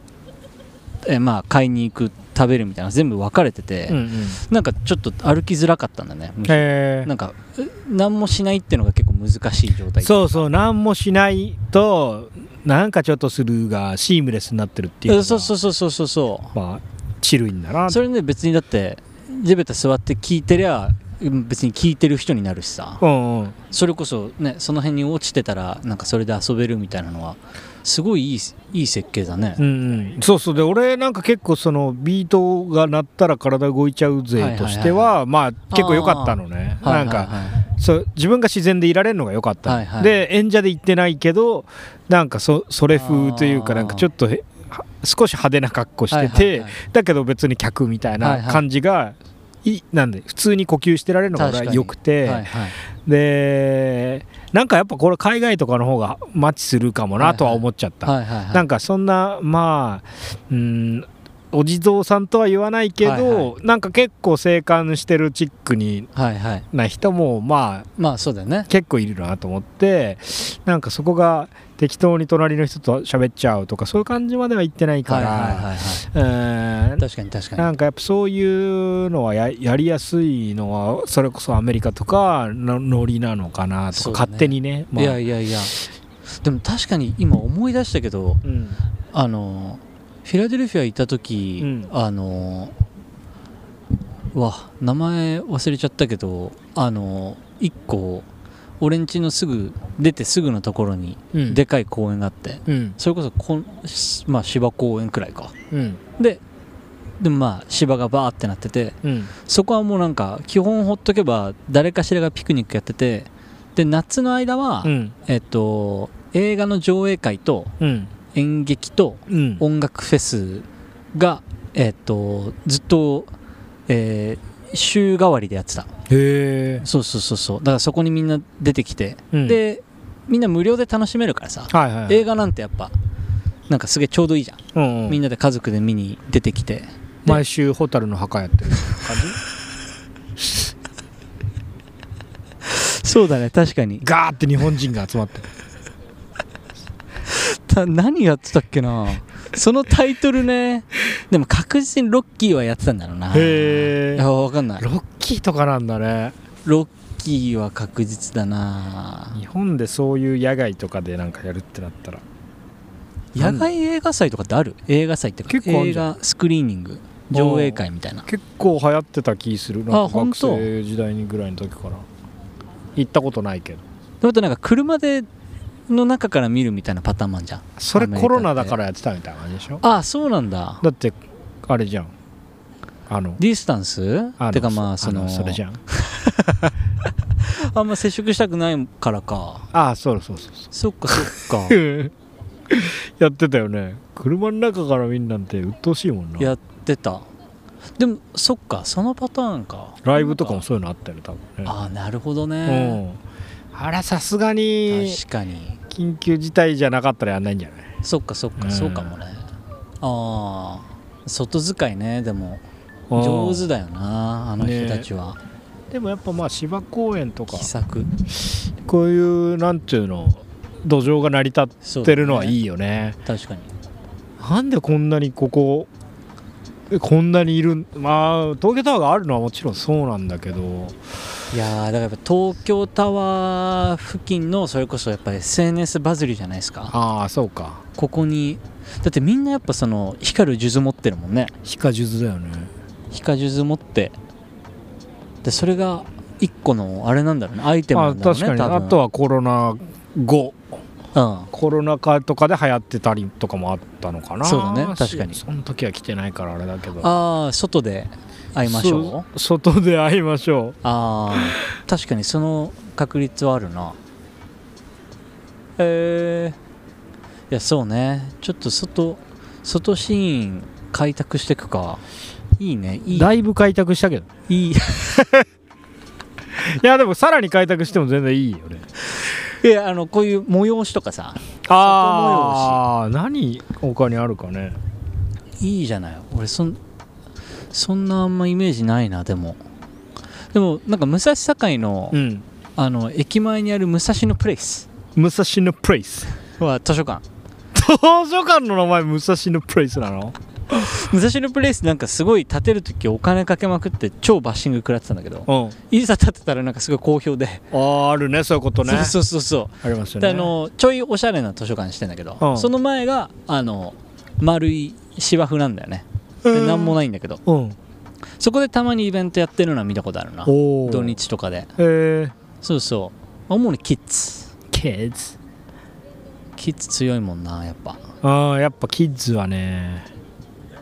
Speaker 4: えまあ買いに行く食べるみたいな全部分かれてて、
Speaker 6: うんうん
Speaker 4: なんかちょっと歩きづらかったんだねむしろ
Speaker 6: え
Speaker 4: なんかえ何もしないっていうのが結構難しい状態
Speaker 6: そうそう何もしないとなんかちょっとするがシームレスになってるっていうの
Speaker 4: え
Speaker 6: が
Speaker 4: そうそうそうそうそうそう
Speaker 6: まあチルインだな
Speaker 4: それね別にだって地べた座って聞いてりゃうん別に聞いてる人になるしさ
Speaker 6: うんうん
Speaker 4: それこそねその辺に落ちてたらなんかそれで遊べるみたいなのはすごいいいいい設計だね、
Speaker 6: うんうん、そうそうで俺なんか結構そのビートが鳴ったら体動いちゃう
Speaker 4: はい
Speaker 6: ぜ
Speaker 4: はいはい
Speaker 6: としてはまあ結構良かったのね
Speaker 4: は
Speaker 6: ないん
Speaker 4: はいはい
Speaker 6: かそう自分が自然でいられるのが良かった、
Speaker 4: はいはい
Speaker 6: で演者で行ってないけどなんかそそれ風というか
Speaker 4: あー
Speaker 6: なんかちょっとへは少し派手な格好してて、
Speaker 4: はいはいはい
Speaker 6: だけど別に客みたい
Speaker 4: はい
Speaker 6: な
Speaker 4: はい
Speaker 6: 感じが、いなんで普通に呼吸してられるのが
Speaker 4: 確か
Speaker 6: 俺は
Speaker 4: に
Speaker 6: 良くて、
Speaker 4: はいはい
Speaker 6: でなんかやっぱこれ海外とかの方がマッチするかもなとは思っちゃった、
Speaker 4: はいはいはい
Speaker 6: なんかそんなまあうんお地蔵さんとは言わないけど、
Speaker 4: はいは
Speaker 6: なんか結構静観してるチックに
Speaker 4: はいはい
Speaker 6: な人もまあ
Speaker 4: まあそうだよね
Speaker 6: 結構いるなと思ってなんかそこが適当に隣の人と喋っちゃうとかそういう感じまでは言ってない
Speaker 4: は
Speaker 6: か
Speaker 4: い
Speaker 6: ら、
Speaker 4: はいはいはい
Speaker 6: うん
Speaker 4: 確かに確かに
Speaker 6: なんかやっぱそういうのはややりやすいのはそれこそアメリカとかのノリなのかなと
Speaker 4: そ
Speaker 6: か、
Speaker 4: うだね
Speaker 6: 勝手にね、まあ
Speaker 4: いやいやいやでも確かに今思い出したけど
Speaker 6: うん
Speaker 4: あのフィラデルフィア行った時、
Speaker 6: うん
Speaker 4: あのうわ名前忘れちゃったけどあの1個俺ん家のすぐ出てすぐのところに
Speaker 6: うん
Speaker 4: でかい公園があって、
Speaker 6: うん
Speaker 4: それこそこん、しまあ、芝公園くらいか
Speaker 6: うん
Speaker 4: ででもまあ芝がバーってなってて
Speaker 6: うん
Speaker 4: そこはもうなんか基本ほっとけば誰かしらがピクニックやっててで夏の間は、
Speaker 6: うん
Speaker 4: えっと映画の上映会と
Speaker 6: うん
Speaker 4: 演劇と
Speaker 6: うん
Speaker 4: 音楽フェスが、えっとずっと、えー週替わりでやってた
Speaker 6: へえ
Speaker 4: そうそうそうそうだからそこにみんな出てきて、
Speaker 6: うん
Speaker 4: でみんな無料で楽しめるからさ、
Speaker 6: はいはいはい
Speaker 4: 映画なんてやっぱなんかすげえちょうどいいじゃん、
Speaker 6: うんうん
Speaker 4: みんなで家族で見に出てきて
Speaker 6: 毎週蛍の墓やってる感じ
Speaker 4: そうだね確かに
Speaker 6: ガーって日本人が集まって
Speaker 4: た何やってたっけなそのタイトルねでも確実にロッキーはやってたんだろうな
Speaker 6: へー
Speaker 4: いやわかんない
Speaker 6: ロッキーとかなんだね
Speaker 4: ロッキーは確実だな
Speaker 6: 日本でそういう野外とかでなんかやるってなったら
Speaker 4: 野外映画祭とかってある映画祭っていうか
Speaker 6: 結構ある
Speaker 4: 映
Speaker 6: じゃ
Speaker 4: 画スクリーニング上映会みたいな
Speaker 6: 結構流行ってた気するなん
Speaker 4: あ
Speaker 6: か
Speaker 4: 本
Speaker 6: 学
Speaker 4: 当
Speaker 6: 生時代にぐらいの時から行ったことないけど
Speaker 4: だってなんか車での中から見るみたいなパターンもあんじゃん
Speaker 6: それ
Speaker 4: アメリカって
Speaker 6: コロナだからやってたみたいな感じでしょ
Speaker 4: ああそうなんだ
Speaker 6: だってあれじゃんあの
Speaker 4: ディスタンス
Speaker 6: あの
Speaker 4: てかまあその
Speaker 6: のそれじゃん
Speaker 4: あんま接触したくないからか
Speaker 6: ああそうそうそうそ
Speaker 4: そっかそっ
Speaker 6: う
Speaker 4: か
Speaker 6: やってたよね車の中から見んなんて鬱陶しいもんな
Speaker 4: やってたでもそっかそのパターンか
Speaker 6: ライブとかもそういうのあったよね多分ね
Speaker 4: ああなるほどね
Speaker 6: うんあれさすがに
Speaker 4: 確かに
Speaker 6: 緊急事態じゃなかったらやんないんじゃない
Speaker 4: そっかそっか、
Speaker 6: うん
Speaker 4: そうかもねああ外使いねでも上手だよなあの人たちは、
Speaker 6: でもやっぱまあ芝公園とか
Speaker 4: 気さく
Speaker 6: こういうなんていうの土壌が成り立
Speaker 4: そ
Speaker 6: っ
Speaker 4: うだ
Speaker 6: て
Speaker 4: ね
Speaker 6: るのはいいよね
Speaker 4: 確かに
Speaker 6: なんでこんなにここえこんなにいるんまあ東京タワーがあるのはもちろんそうなんだけど
Speaker 4: いやーだからやっぱ東京タワー付近のそれこそやっぱ SNS バズりじゃないですか
Speaker 6: ああそうか
Speaker 4: ここにだってみんなやっぱその光る数珠持ってるもんね
Speaker 6: 非科術だよね
Speaker 4: 光数珠持ってでそれが一個のあれなんだろうねアイテムな
Speaker 6: あ
Speaker 4: んだろう
Speaker 6: 確か
Speaker 4: ね
Speaker 6: に
Speaker 4: 多分
Speaker 6: あとはコロナ後
Speaker 4: は、
Speaker 6: コロナ禍とかで流行ってたりとかもあったのかな
Speaker 4: そうだね確かに
Speaker 6: しその時は来てないからあれだけ
Speaker 4: う
Speaker 6: ど
Speaker 4: ん、ああ外で会いましょう
Speaker 6: そ外で会いましょ
Speaker 4: ああ確かにその確率はあるなえー、いやそうねちょっと外外シーン開拓していくかいいね
Speaker 6: う
Speaker 4: いい
Speaker 6: だいぶ開拓したけど
Speaker 4: いい
Speaker 6: いやでもさらに開拓しても全然いいよね
Speaker 4: いやあのこういう催しとかさ
Speaker 6: ああ何他にあるかね
Speaker 4: いいじゃない俺そんそんなあんまイメージないなでもでもなんか武蔵境の,、
Speaker 6: うん
Speaker 4: あの駅前にある武蔵野プレイス
Speaker 6: 武蔵野プレイス
Speaker 4: は図書館
Speaker 6: 図書館の名前武蔵野プレイスなの
Speaker 4: 武蔵野プレイスなんかすごい建てる時お金かけまくって超バッシング食らってたんだけど
Speaker 6: うん
Speaker 4: いざ建てたらなんかすごい好評で、
Speaker 6: あーあるねそういうことね
Speaker 4: そうそうそうそ
Speaker 6: ありますよ
Speaker 4: うで
Speaker 6: ね
Speaker 4: あのちょいおしゃれな図書館してんだけど、
Speaker 6: うん
Speaker 4: その前があの丸い芝生なんだよね
Speaker 6: う
Speaker 4: で
Speaker 6: ん
Speaker 4: 何もないんだけど
Speaker 6: うん
Speaker 4: そこでたまにイベントやってるのは見たことあるな
Speaker 6: おお
Speaker 4: 土日とかで
Speaker 6: えー、
Speaker 4: そうそう主にキッズ
Speaker 6: キッズ
Speaker 4: キッズ強いもんなやっぱ
Speaker 6: ああやっぱキッズはね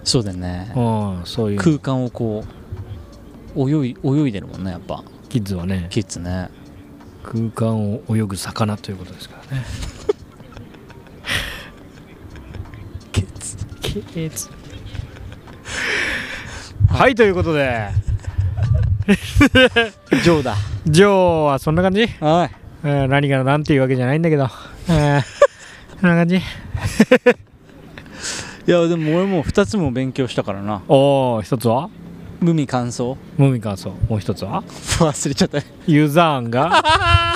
Speaker 4: そうだよね
Speaker 6: うんそういう
Speaker 4: 空間をこう泳い泳いでるもんねやっぱ
Speaker 6: キッズはね
Speaker 4: キッズね
Speaker 6: 空間を泳ぐ魚ということですからね
Speaker 4: キッズ
Speaker 6: キッズはいということで
Speaker 4: ジョーだ
Speaker 6: ジョーはそんな感じ
Speaker 4: はい
Speaker 6: えー何がなんていうわけじゃないんだけど、えーそんな感じ
Speaker 4: いやでも俺もう2つも勉強したからな
Speaker 6: おお一つは
Speaker 4: 無味乾燥
Speaker 6: モミカンソもう一つは
Speaker 4: 忘れちゃった
Speaker 6: ユザーン が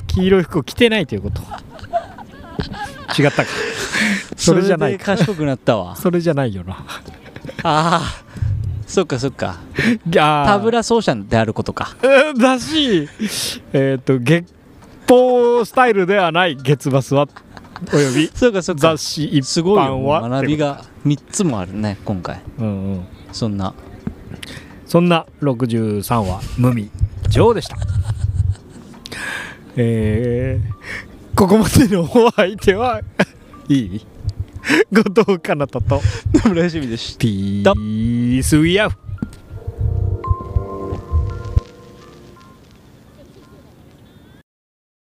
Speaker 6: 黄色い服を着てないということ違ったかそれじゃない
Speaker 4: そで賢くなったわ
Speaker 6: それじゃないよ な
Speaker 4: ああそっかそっかタ
Speaker 6: タ
Speaker 4: ブラ奏者であることか
Speaker 6: だしえっ、と月報スタイルではない月バスはおよび
Speaker 4: そうかそうか
Speaker 6: 雑誌一
Speaker 4: す
Speaker 6: 般
Speaker 4: ごいよ
Speaker 6: は
Speaker 4: 学びが3つもあるね今回
Speaker 6: うんうん
Speaker 4: そんな
Speaker 6: そんな63話「無味女王」でしたえー、ここまでのお相手は いい後藤かなたと
Speaker 4: 村井趣味でし
Speaker 6: ピ
Speaker 4: だ
Speaker 6: ースウィアフ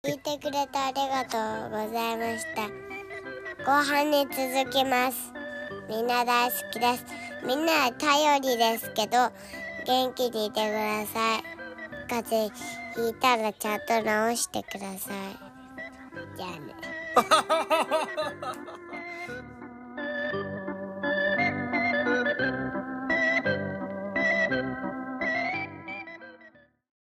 Speaker 5: 聞いてくれてありがとうございました後半に続きますみんな大好きですみんな頼りですけど元気にいてください風邪ひいたらちゃんと治してくださいじゃあね